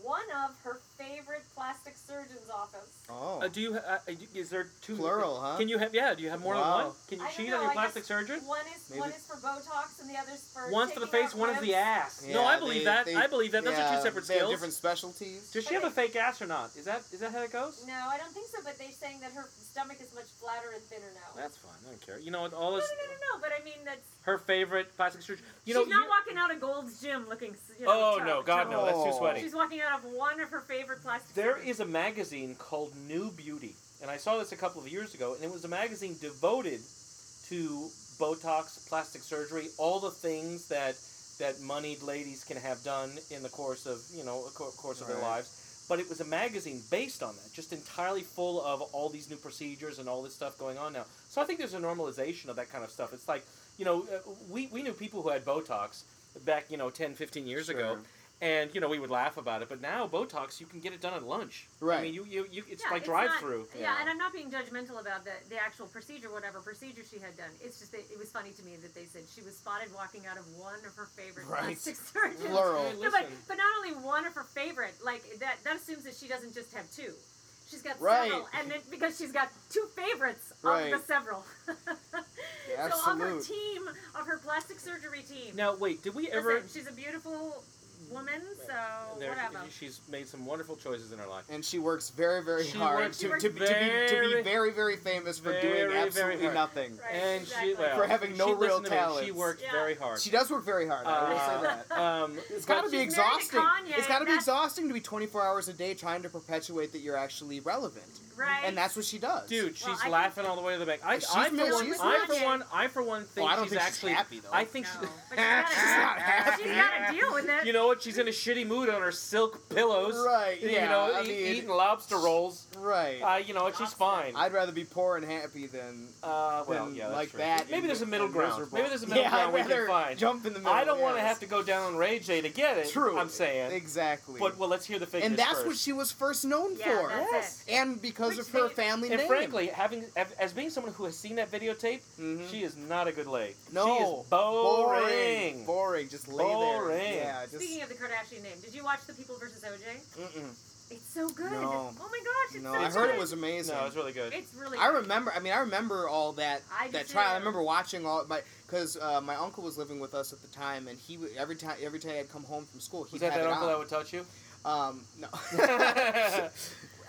one of her favorite plastic surgeon's office.
Oh.
Uh, do you? ha- Uh, do- is there two? uh,
Plural, huh?
Can you have? Yeah. Do you have more
Wow.
than one? Can you
I don't
cheat
know,
on your
I
plastic
guess
surgeon?
One is one
Maybe-
is for Botox and the other's for
One's for the
taking
face,
out
one is the
ribs.
ass.
Yeah,
no, I believe
they-
that.
they-
I believe that. Those are
yeah,
two separate
they
skills.
Have different specialties.
Does she have a fake ass or not? Is that is that how it goes?
No, I don't think so. But they're saying that her stomach is much flatter and thinner now.
That's fine. I don't care. You know what? All
no, no,
this.
no, no, no. But I mean that's.
Her favorite plastic surgeon. You know.
she's not
you-
walking out of Gold's Gym looking. You know,
oh no,
tough,
God
tough.
no, that's too
Oh.
sweaty.
She's walking out of one of her favorite plastic.
There
surgeons.
is a magazine called New Beauty, and I saw this a couple of years ago, and it was a magazine devoted to Botox, plastic surgery, all the things that that moneyed ladies can have done in the course of you know a co- course of their
Right.
lives. But it was a magazine based on that, just entirely full of all these new procedures and all this stuff going on now. So I think there's a normalization of that kind of stuff. It's like you know uh, we we knew people who had Botox back you know 10, 15 years ago
Sure.
and you know we would laugh about it but now botox you can get it done at lunch i
Right.
mean you, you, you it's
Yeah,
like
not-
drive through
Yeah,
Yeah.
and I'm not being judgmental about the, the actual procedure, whatever procedure she had done. It's just that it was funny to me that they said she was spotted walking out of one of her favorite
Right.
plastic surgeons.
Plural.
No, but, but not only one of her favorite, like that that assumes that she doesn't just have two. She's got
Right.
several, and then because she's got two favorites of
Right.
the several. So of her
Absolute.
team, of her plastic surgery team.
now wait did we
Listen,
ever
she's a beautiful woman, so
There-
whatever.
she's made some wonderful choices in her life.
And she works very, very
She
hard
works
to, to, be- to, be, to be
very-
very, very famous for
very,
doing
very
absolutely
hard.
nothing.
Right,
and
exactly.
she well,
For having no
she,
real
listen to me, She
talents.
worked
Yeah.
very hard.
She does work very hard. I will
Uh,
say that.
um,
It's got to
She's
be
married to
exhausting.
Kanye,
It's got to be
that's-
exhausting to be 24 hours a day trying to perpetuate that you're actually relevant.
right.
And that's what she does.
dude, she's
Well, I think-
laughing all the way to the bank. I,
She's
I, for
feeling
one,
she's
I
happy.
for one, I for one think
Well, I don't
she's
think she's
actually
happy, though.
I think
No,
she,
but she's gotta- she's got to deal with it.
you know what? She's in a shitty mood on her silk pillows.
Right.
You
Yeah.
know,
I
eat-
mean,
eating lobster rolls.
right.
Uh, you know, she's fine.
I'd rather be poor and happy than
Uh, well,
than
yeah, that's
like
true.
that.
Maybe there's a middle
and
ground.
miserable.
Maybe there's a middle
yeah,
ground we
I'd rather
can find.
Jump in the middle.
I don't want to
yes.
have to go down on Ray J to get it.
True.
I'm saying.
Exactly.
But well, let's hear the figures
and that's
first.
what she was first known
Yeah,
for.
that's
Yes.
it.
And because
Which
of her
made-
family
and
name.
frankly, having as- as being someone who has seen that videotape,
Mhm.
she is not a good lay. she
no,
is boring.
boring, boring. Just lay there.
Boring.
Yeah, just
Speaking of the Kardashian name, did you watch The People versus OJ?
mm-mm.
It's so good.
No.
Oh my gosh, it's
no.
so
I heard
good.
it was amazing.
No, it's really good.
It's really.
I
good.
remember. I mean, I remember all that
I do
that
too.
trial. I remember watching all my because uh, my uncle was living with us at the time, and he would every time every time I'd come home from school, he'd
Was that
have
that
it
uncle that
on.
would touch you?
Um, no. I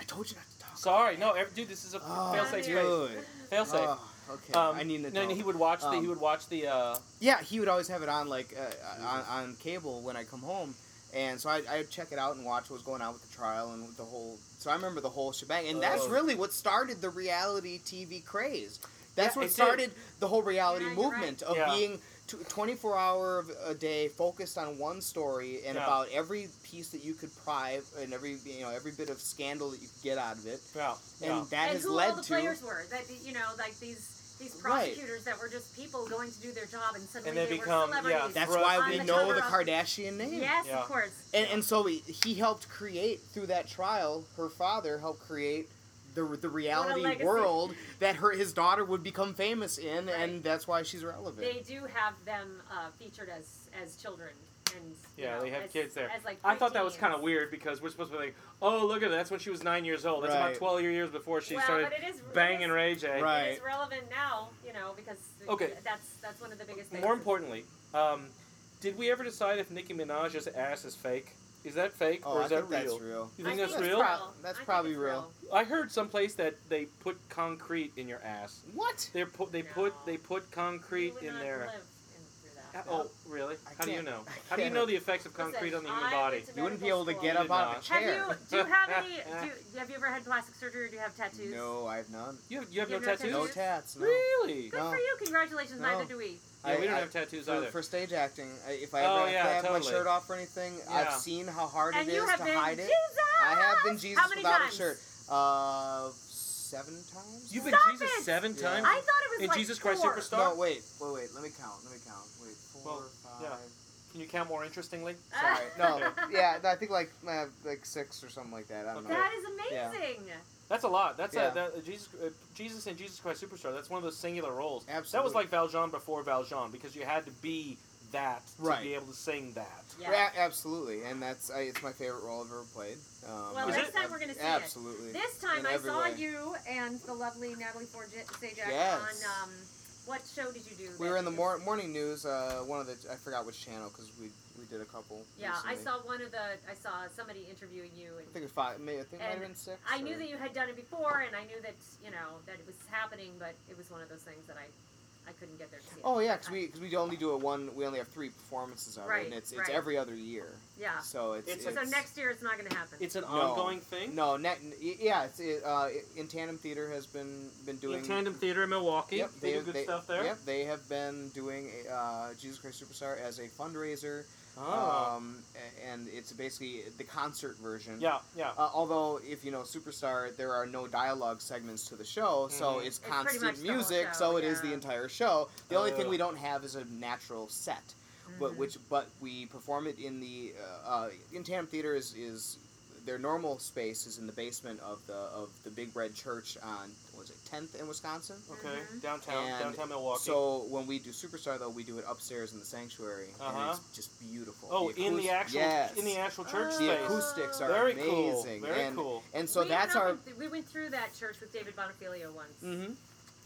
told you not to talk.
Sorry, no, ev- dude. This is a
Oh,
fail
Funny.
safe space.
good.
Fail safe.
Oh, okay.
um,
I need to.
no, no, he would watch the. He
Um,
would watch the. Uh,
Yeah, he would always have it on like uh, on, on cable when I come home, and so I I would check it out and watch what was going on with the trial and with the whole. So I remember the whole shebang, and that's
Oh.
really what started the reality TV craze. That's
Yeah, it
what
did.
started the whole reality
Yeah, you're
movement of
Yeah.
being t- 24 hour of a day focused on one story and
Yeah.
about every piece that you could pry and every you know every bit of scandal that you could get out of it
yeah,
and
yeah.
that
and
has
who
led
all the
to
players were that you know like these these
Right.
prosecutors that were just people going to do their job and suddenly
And they become-
were
yeah,
celebrities.
that's
Right.
why
on
we
the
know
cover
the
of-
Kardashian name
Yes,
Yeah.
of course.
And, and so he, he helped create through that trial. Her father helped create the the reality
legacy.
world that her his daughter would become famous in,
Right.
and that's why she's relevant.
They do have them uh, featured as as children and you
Yeah,
know,
they have
as-
kids there.
As, like,
I thought that was
preteens.
kind of weird because we're supposed to be like, oh, look at that. That's when she was nine years old. That's
Right.
about twelve years before she
well,
started
but it is,
banging
it is,
Ray J.
Right.
It is relevant now, you know, because
Okay.
that's that's one of the biggest things.
More importantly, um, did we ever decide if Nicki Minaj's ass is fake? Is that fake
oh,
or
I
is that
think
real?
that's real.
You think
I
that's
it's
real?
Pro- that's
I think
probably
it's
real.
I heard someplace that they put concrete in your ass.
What?
They put they
No.
put they put concrete
You would
in
not
there.
live in- through that.
Oh, really?
I
How do you
can't-
know?
I
How do you
can't.
know the effects of concrete
Listen,
on the human
I
body?
went to
You wouldn't be
medical
able to
school.
get
You
up
did
out of a
not.
Have
chair.
you do you have any do you, have you ever had plastic surgery or do you have tattoos?
No, I have none.
You have, you have
You
no
have
tattoos?
tattoos?
No tats. No.
Really?
Good
No.
for you. Congratulations.
No.
Neither do we.
Yeah,
I-
we don't
I-
have tattoos
For,
either.
for stage acting, I- if I ever
Oh,
if I
yeah,
have my
totally.
shirt off or anything, I've
Yeah.
seen how hard
and
it
you
is
have
to
been
hide
Jesus.
it. I have been Jesus
How many
without
times?
a shirt. Uh, seven times.
You've been
Stop
Jesus
it!
seven
Yeah.
times?
I thought it was
In
like
Jesus
four.
Christ Superstar?
No, wait, wait, wait. Let me count. Let me count. Wait, four,
Well,
five.
yeah. Can you count more interestingly?
Sorry, no, yeah, I think like uh, like six or something like that. I don't know.
That is amazing.
That's a lot. That's
Yeah.
a, that, Jesus, uh, Jesus and Jesus Christ Superstar. That's one of those singular roles. That
Absolutely.
was like Valjean before Valjean because you had to be that to
Right.
be able to sing that.
Yeah.
Yeah, absolutely, and that's I, it's my favorite role I've ever played. Um,
Well,
I-
next
I-
time we're gonna see it.
absolutely.
This time
In
I
every
saw
way.
you and the lovely Natalie Forjajak
Yes.
on um, what show did you do?
We
that
were in the
you-
mor- morning news. Uh, one of the I forgot which channel because we we did a couple.
Yeah, I
recently.
saw one of the. I saw somebody interviewing you,
I
and
think it was five. Maybe I think it might have
And
been six.
I knew
or-
that you had done it before, and I knew that you know that it was happening, but it was one of those things that I, I couldn't get there to see. it.
Oh yeah, because we, cause we only do it one. We only have three performances of it,
Right,
and it's
right.
it's every other year.
Yeah.
So it's,
It's-
it's,
So next year it's not going to happen.
It's an
No.
ongoing thing.
No, net, yeah, it's it, uh, in tandem theater has been been doing
In Tandem Theater in Milwaukee.
Yep,
they, do good stuff there.
Yep, they have been doing uh, Jesus Christ Superstar as a fundraiser,
Oh.
um, a- and it's basically the concert version.
yeah, yeah.
Uh, although, if you know Superstar, there are no dialogue segments to the show, so
Mhm.
it's
pretty much
constant
the whole
music.
show,
so it is
yeah.
the entire show. The only thing
Oh.
we don't have is a natural set, but
Mhm.
which but we perform it in the uh, uh, in Tam Theater is is their normal space is in the basement of the of the Big Red Church on what was it Tenth in Wisconsin.
Okay,
Mhm.
downtown,
And
downtown Milwaukee.
So when we do Superstar, though, we do it upstairs in the sanctuary,
Uh-huh.
and it's just beautiful.
oh, in
acous-
the actual
yes.
in the actual church
Oh.
space.
the acoustics are
Very cool.
amazing,
Very
and
cool.
and so
we
that's
went
our
up and- we went through that church with David Bonifilio once.
hmm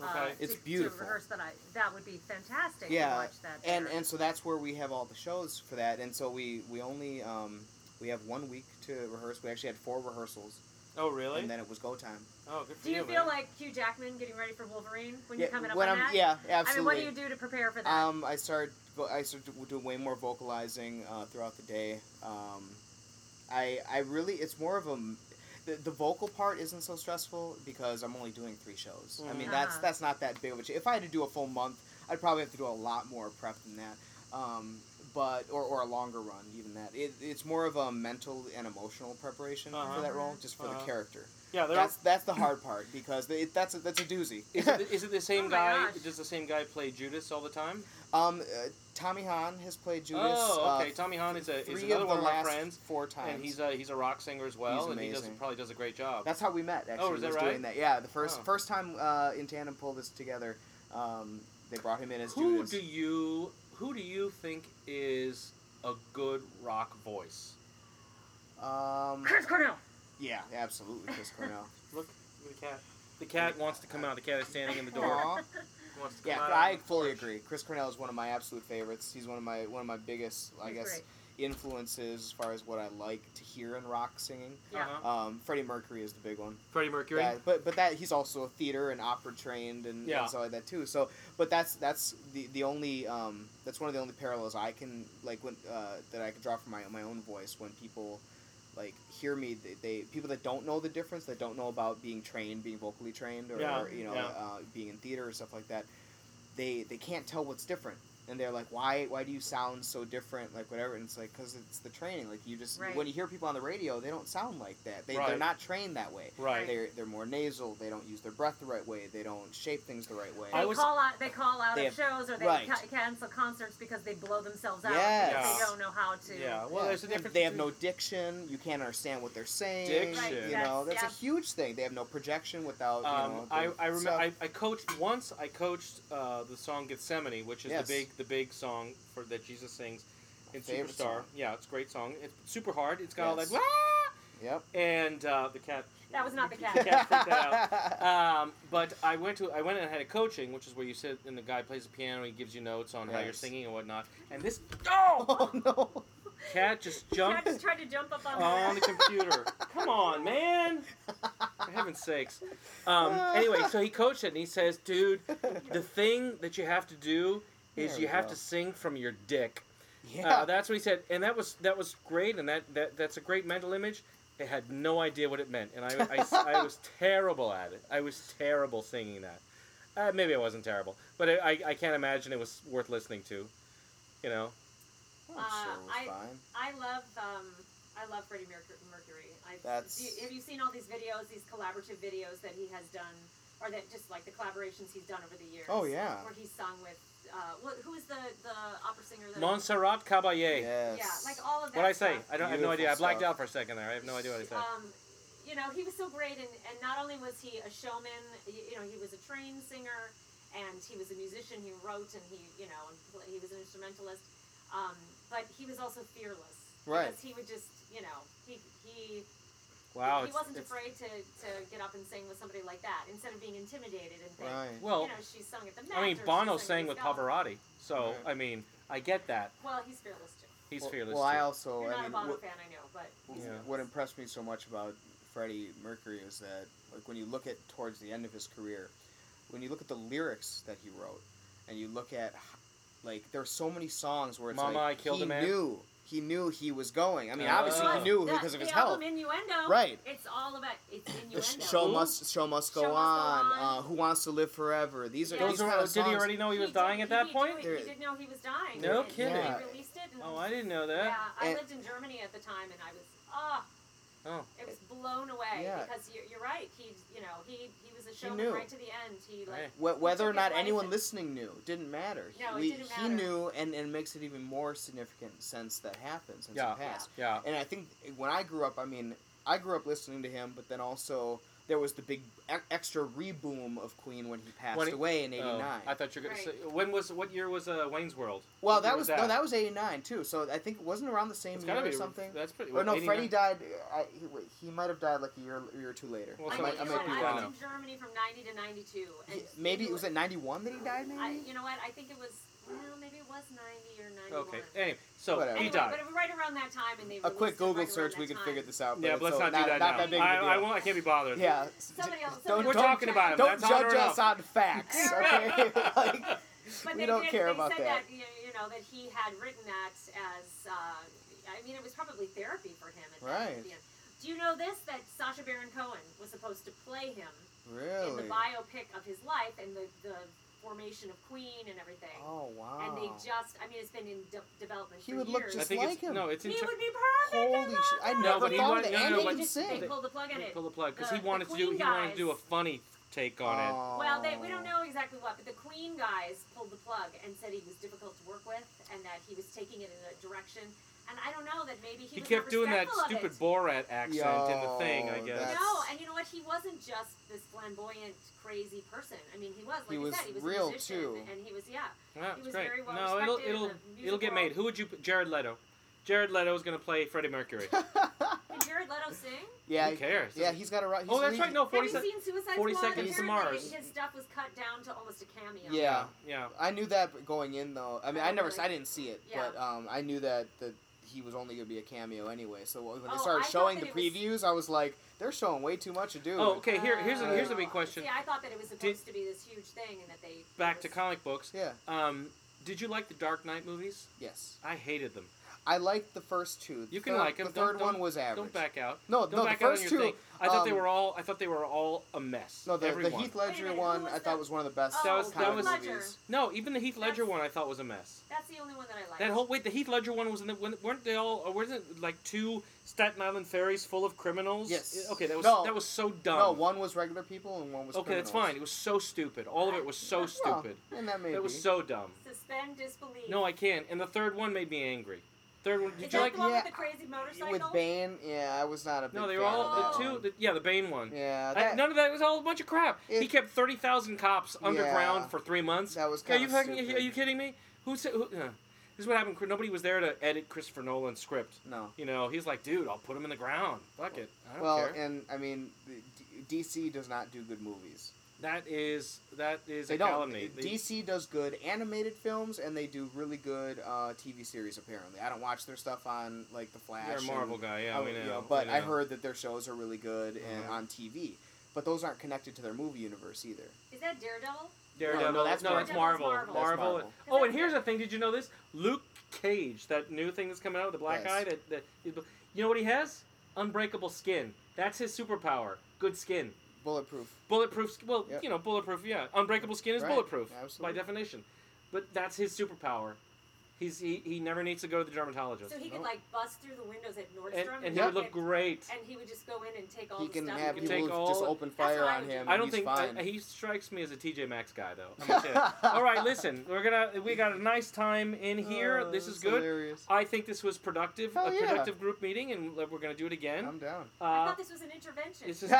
Uh,
Okay.
It's
to,
beautiful.
To rehearse that, I, that would be fantastic. to
Yeah,
watch that.
and
there.
and so that's where we have all the shows for that and so we we only um we have one week to rehearse we actually had four rehearsals
Oh, really?
and then it was go time
oh, good for
do you
man.
feel like Hugh Jackman getting ready for Wolverine when
yeah,
you're coming up
when
on
I'm-
that?
yeah
I mean,
absolutely
what do you do to prepare for that?
um i started vo- i started to do way more vocalizing uh, throughout the day um i i really it's more of a m- the, the vocal part isn't so stressful because i'm only doing three shows i mean
Mhm.
that's
Ah.
that's not that big of a change if i had to do a full month i'd probably have to do a lot more prep than that um but or, or a longer run even that it, it's more of a mental and emotional preparation
Uh-huh.
for that role just for
Uh-huh.
the character
yeah, there
that's that's the hard part because it, that's a, that's a doozy
is it, is it the same
Oh my
guy?
gosh.
Does the same guy play Judas all the time?
um uh, tommy hahn has played judas
oh,
uh,
okay. Tommy Hahn is a is
three
another
of the
one of my
last
friends,
four times.
and he's a he's a rock singer as well, and he does
amazing.
probably does a great job.
That's how we met. Actually,
is that
was
right?
doing that. Yeah, the first
Oh.
first time uh, in tandem pulled this together, um, they brought him in as
who
Judas.
do you who do you think is a good rock voice?
um,
Chris Cornell.
yeah, absolutely, Chris Cornell.
Look, look at the cat. The cat wants to come out. The cat is standing in the door.
Aw.
He wants to come
Yeah,
out.
I fully agree. Chris Cornell is one of my absolute favorites. He's one of my one of my biggest, I
He's
guess,
great.
influences as far as what I like to hear in rock singing.
Yeah.
Uh-huh.
Um, Freddie Mercury is the big one.
Freddie Mercury.
Yeah, but but that he's also theater and opera trained and,
Yeah.
and stuff like that too. So, but that's that's the the only um, that's one of the only parallels I can like when uh, that I can draw from my my own voice when people like hear me they, they people that don't know the difference that don't know about being trained being vocally trained or,
Yeah,
you know
yeah.
uh, being in theater or stuff like that they they can't tell what's different and they're like why why do you sound so different like whatever and it's like because it's the training like you just
Right.
when you hear people on the radio they don't sound like that they,
Right.
they're not trained that way
Right.
they're they're more nasal. They don't use their breath the right way. They don't shape things the right way.
They
I was-
call out. They call out
They
of shows, or they
right.
ca- cancel concerts because they blow themselves out because
Yes.
they don't know how to.
yeah. Well,
Yeah.
there's a
They-
difference.
They have no
between-
diction. You can't understand what they're saying.
Diction.
You know,
Right,
that's
yes,
a huge thing. They have no projection without.
Um,
you know,
I,
the
I remember
stuff.
I, I coached once. I coached uh, the song Gethsemane, which is
Yes.
the big the big song for that Jesus sings in
Favorite
Superstar.
song.
Yeah, it's a great song. It's super hard. It's got all that
Yes.
wah!
Yep.
and uh, the cat.
That was not the cat.
The cat freaked that out. Um, but I went to I went and had a coaching, which is where you sit and the guy plays the piano. He gives you notes on how you're
Yes.
singing and whatnot. And this oh
oh no!
cat just
Jack
jumped
just tried to jump up on
on the
the.
computer. Come on, man! For heaven's sakes. Um, anyway, so he coached it and he says, dude, the thing that you have to do is
There
you
we
have
go.
to sing from your dick.
Yeah.
Uh, that's what he said, and that was that was great, and that, that that's a great mental image. I had no idea what it meant, and I, I, I was terrible at it. I was terrible singing that. Uh, maybe I wasn't terrible, but I, I, I can't imagine it was worth listening to. You know,
I'm
Uh,
sure it was
I-
fine.
I love. Um, I love Freddie Merc- Mercury. I,
That's-
do you- have you seen all these videos, these collaborative videos that he has done, or that just like the collaborations he's done over the years?
Oh, yeah.
Where he's sung with. Uh, wh- who is the the opera singer? That
Montserrat Caballé.
Yes.
Yeah, like all of that.
What I say?
stuff.
I don't I have no idea.
Beautiful
I blacked
stuff.
out for a second there. I have no idea what I said.
um, you know, he was so great, and, and not only was he a showman, you, you know, he was a trained singer, and he was a musician. He wrote, and he, you know, and pl- he was an instrumentalist. Um, but he was also fearless.
Right.
Because he would just, you know, he he
wow. it's-
he wasn't
it's-
afraid to, to get up and sing with somebody like that instead of being intimidated and think,
Right.
Well,
you know, she sung at the Met.
I mean,
or she
Bono
sang
sang
at
with
the Scala.
Pavarotti, so
Right.
I mean, I get that.
Well, he's fearless too.
He's
well,
fearless.
Well, I
too.
also. I
You're not
mean,
a Bono
what-
fan, I know, but he's
Yeah.
What impressed me so much about Freddie Mercury is that, like, when you look at towards the end of his career, when you look at the lyrics that he wrote, and you look at, h- like, there are so many songs where it's
Mama,
like
I Killed
he
a Man?
knew he knew he was going. I mean, obviously
Oh.
he knew
That-
because of
the
his
album
health.
Innuendo.
Right.
It's all about it's
The
innuendo.
sh- show
Who?
must show must go
Show Must Go
on.
On.
Uh, Who wants to live forever? These are
Yeah.
these
Those are-
kind of
did
songs.
he already know he was dying at
did-
that
he
point?
Knew, it-
There-
he didn't know he was dying.
No
and then
kidding.
They released it. And
Oh, I didn't know that.
Yeah, I
And-
lived in Germany at the time, and I was ah,
Oh.
it was blown away
Yeah.
because you're, you're right. He, you know, he he was a
knew.
showman right to the end. He like
Right.
Wh- whether or
took his
not
life
anyone
and-
listening knew didn't matter.
No, it
We-
didn't
He
matter.
knew, and, and it makes it even more significant since that happened, since
Yeah.
it passed.
Yeah.
And I think when I grew up, I mean, I grew up listening to him, but then also there was the big e- extra reboom of Queen when he passed
When he-
away in
Oh,
'89.
I thought you were going to
Right.
say when was what year was uh, Wayne's World?
well,
What year
that was, no, that was '89 too. So I think it wasn't around the same
It's
year
gotta
or
be
something.
That's pretty.
Oh no,
89?
Freddie died. uh, I, he, wait, he might have died like a year, year or two later.
Well,
I,
so
might, I
it's-
might be
I
I was
wrong.
in Germany from ninety to ninety-two, and
He- Maybe it was at '91 that he died. Maybe.
I, you know what? I think it was. Well, maybe it was ninety or ninety-one.
Okay. Anyway, so
Whatever.
he
Anyway,
died.
But right around that time, and they
a
released
quick
it
Google
right around
search,
that
we can
time.
figure this out.
yeah,
it's
but let's
so
not do that
not
now.
That big of a
I,
deal.
I won't. I can't be bothered.
yeah.
Somebody else.
Don't-
somebody
We're
else
talking
check.
about it.
Don't
That's on
judge
or
us
off.
on facts, okay? like, We
But they
don't
did,
care
they
about
said
that.
that. you you know that he had written that as. Uh, I mean, it was probably therapy for him. At that-
Right.
yeah. Do you know this? That Sacha Baron Cohen was supposed to play him in the
really?
biopic of his life and the, the formation of Queen and everything.
Oh wow.
And they just. I mean, it's been in de- development.
He
for
would
years.
look
I
just
think
like
it's
him.
no. It's in
He
ter-
would be perfect.
Holy
in
shit!
love
I
No,
with
never
but he
thought
wanted-
that
no, no,
and
no,
he
but-
can
They just-
sing.
They pulled the plug on
They
it.
pull the plug because
The-
he wanted
the
to do.
Queen
He wanted to do a
guys.
funny take on it.
Well, they, we
Oh.
don't know exactly what, but the Queen guys pulled the plug and said he was difficult to work with and that he was taking it in a direction. And I don't know that maybe
He
he, was
kept
not
doing that
respectful of
stupid
it.
Borat accent in the thing. I
Yo,
guess.
that's-
No, and you know what? He wasn't just this flamboyant, crazy person. I mean, he was like
He
you
was
said, he was
real,
a musician,
too.
and he was yeah.
Yeah,
He
it's
was
great.
very well
no, it'll
respected in
it'll
the music
it'll get
world.
made. Who would you? put- Jared Leto. Jared Leto is gonna play Freddie Mercury.
Can Jared Leto sing?
yeah,
Who cares?
yeah, he's got a right.
oh, that's right. No, forty
Have you
seconds.
seen Suicide
40
Squad?
Seconds to
Apparently
Mars.
His stuff was cut down to almost a cameo.
Yeah.
Yeah.
I knew that going in though. I mean, I never, I didn't see it,
Yeah.
but um, I knew that that he was only gonna be a cameo anyway. So when
Oh,
they started
I thought
showing the
that it
previews, I was like, they're showing way too much to do.
Oh, okay. Here, here's a
Oh.
here's a big question.
See, I thought that it was supposed to be this huge thing, and that they
Back to
it was-
comic books.
Yeah.
Um, did you like the Dark Knight movies?
Yes.
I hated them.
I liked the first two. The
You can
third-
like 'em.
The
Don't-
3rd one
don't-
was average.
Don't back out.
No,
Don't
no, the
back
first
out on
two.
your thing. I thought they
um,
were all. I thought they were all a mess.
No, the, the
Everyone.
Heath Ledger
minute, who
one
was
I
the-
thought was one of the best.
Oh,
That was-
kind
that
of
was-
movies.
No, even the Heath Ledger
That's-
one I thought was a mess.
That's the only one that I like.
That whole wait, the Heath Ledger one was in the weren't- weren't they all or wasn't it like two Staten Island ferries full of criminals?
Yes.
Okay, that was
No.
that was so dumb.
No, one was regular people and one was.
okay, that's
criminals.
fine. It was so stupid. All of it was so
Well,
stupid.
Well, and that may
It
be.
was so dumb.
Suspend disbelief.
No, I can't. And the third one made me angry. Third one,
Is
did
that
you like?
the one
Yeah,
with the crazy motorcycle?
With Bane, yeah, I was not a big
No, they
fan
were all
of
the
that
two.
one.
The, yeah, the Bane one.
yeah,
I-
that,
none of that it was all a bunch of crap. he
It-
kept thirty thousand cops underground
Yeah.
for three months.
that was
Are
kind
you
of
fucking?
stupid.
Are you kidding me? Who said? Who, uh, this is what happened. Nobody was there to edit Christopher Nolan's script.
No.
You know, he's like, dude, I'll put him in the ground. Fuck it. I don't
Well,
care.
and I mean, the- D- DC does not do good movies.
that is that is
They
a
don't.
calumny. They-
DC does good animated films, and they do really good uh, TV series. Apparently, I don't watch their stuff on like The Flash.
You're a
and-
Marvel guy, yeah,
I-
we know.
you Oh, but
we
I
know.
heard that their shows are really good and
Uh-huh.
on TV. But those aren't connected to their movie universe either.
Oh,
Is that Daredevil?
Daredevil.
No, no, that's
Marvel.
Marvel. That's
Marvel.
Marvel.
Oh, and here's the thing. Did you know this? Luke Cage, that new thing that's coming out with the black
Yes.
eye. That, that you know what he has? Unbreakable skin. That's his superpower. Good skin.
Bulletproof.
Bulletproof. sk- Well,
Yep.
you know, bulletproof. Yeah, unbreakable skin is
Right,
bulletproof
absolutely.
by definition. But that's his superpower. He's he, he never needs to go to the dermatologist.
So he
No.
could like bust through the windows at Nordstrom
and and he
Yeah.
would look great.
and he would just go in and take all
He
the
can
stuff.
have
You can
people
take all-
just open
what
fire
I
on
would
him.
do.
I don't
and
think
he's fine.
I, he strikes me as a TJ Maxx guy though. I'm a kid. All right, listen, we're gonna we got a nice time in here.
Oh,
this is
that's
good.
hilarious.
I think this was productive,
Hell
a
yeah.
productive group meeting, and we're gonna do it again.
I'm down.
I
Uh,
thought this was an intervention.
this is.
The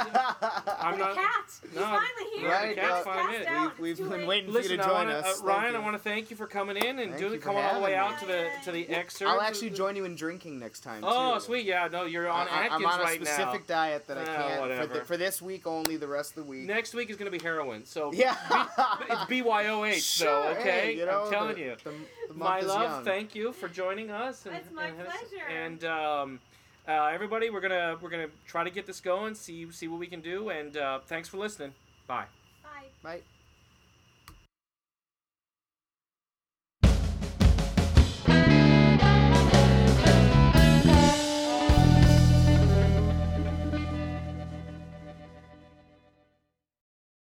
I'm
I'm not-
cat. He's
No.
finally here.
Right,
He's
uh,
passed
We've-
out.
We've,
It's too
we've been
late.
waiting for you
Listen,
to
I
join
wanna,
us.
uh,
Thank
Ryan,
you.
I want to thank you for coming in and
Thank
doing
you for
coming all the way
having
out to
me.
the to the
Well,
excerpt.
I'll actually join you in drinking next time.
Oh,
too.
sweet, yeah, no, you're on
I,
Atkins
am on a
right
specific diet that I
Ah,
can't for,
whatever.
thi- for this week only. The rest of the
now.
week,
Next week is gonna be heroin, so
yeah.
it's BYOH,
Sure,
though. Okay,
hey, you know,
I'm telling
the-
you.
the- the month
My
is
love,
young.
thank you for joining us. And,
It's my
and,
pleasure.
And um, uh, everybody, we're gonna we're gonna try to get this going. See see what we can do. And uh, thanks for listening. Bye.
Bye.
Bye.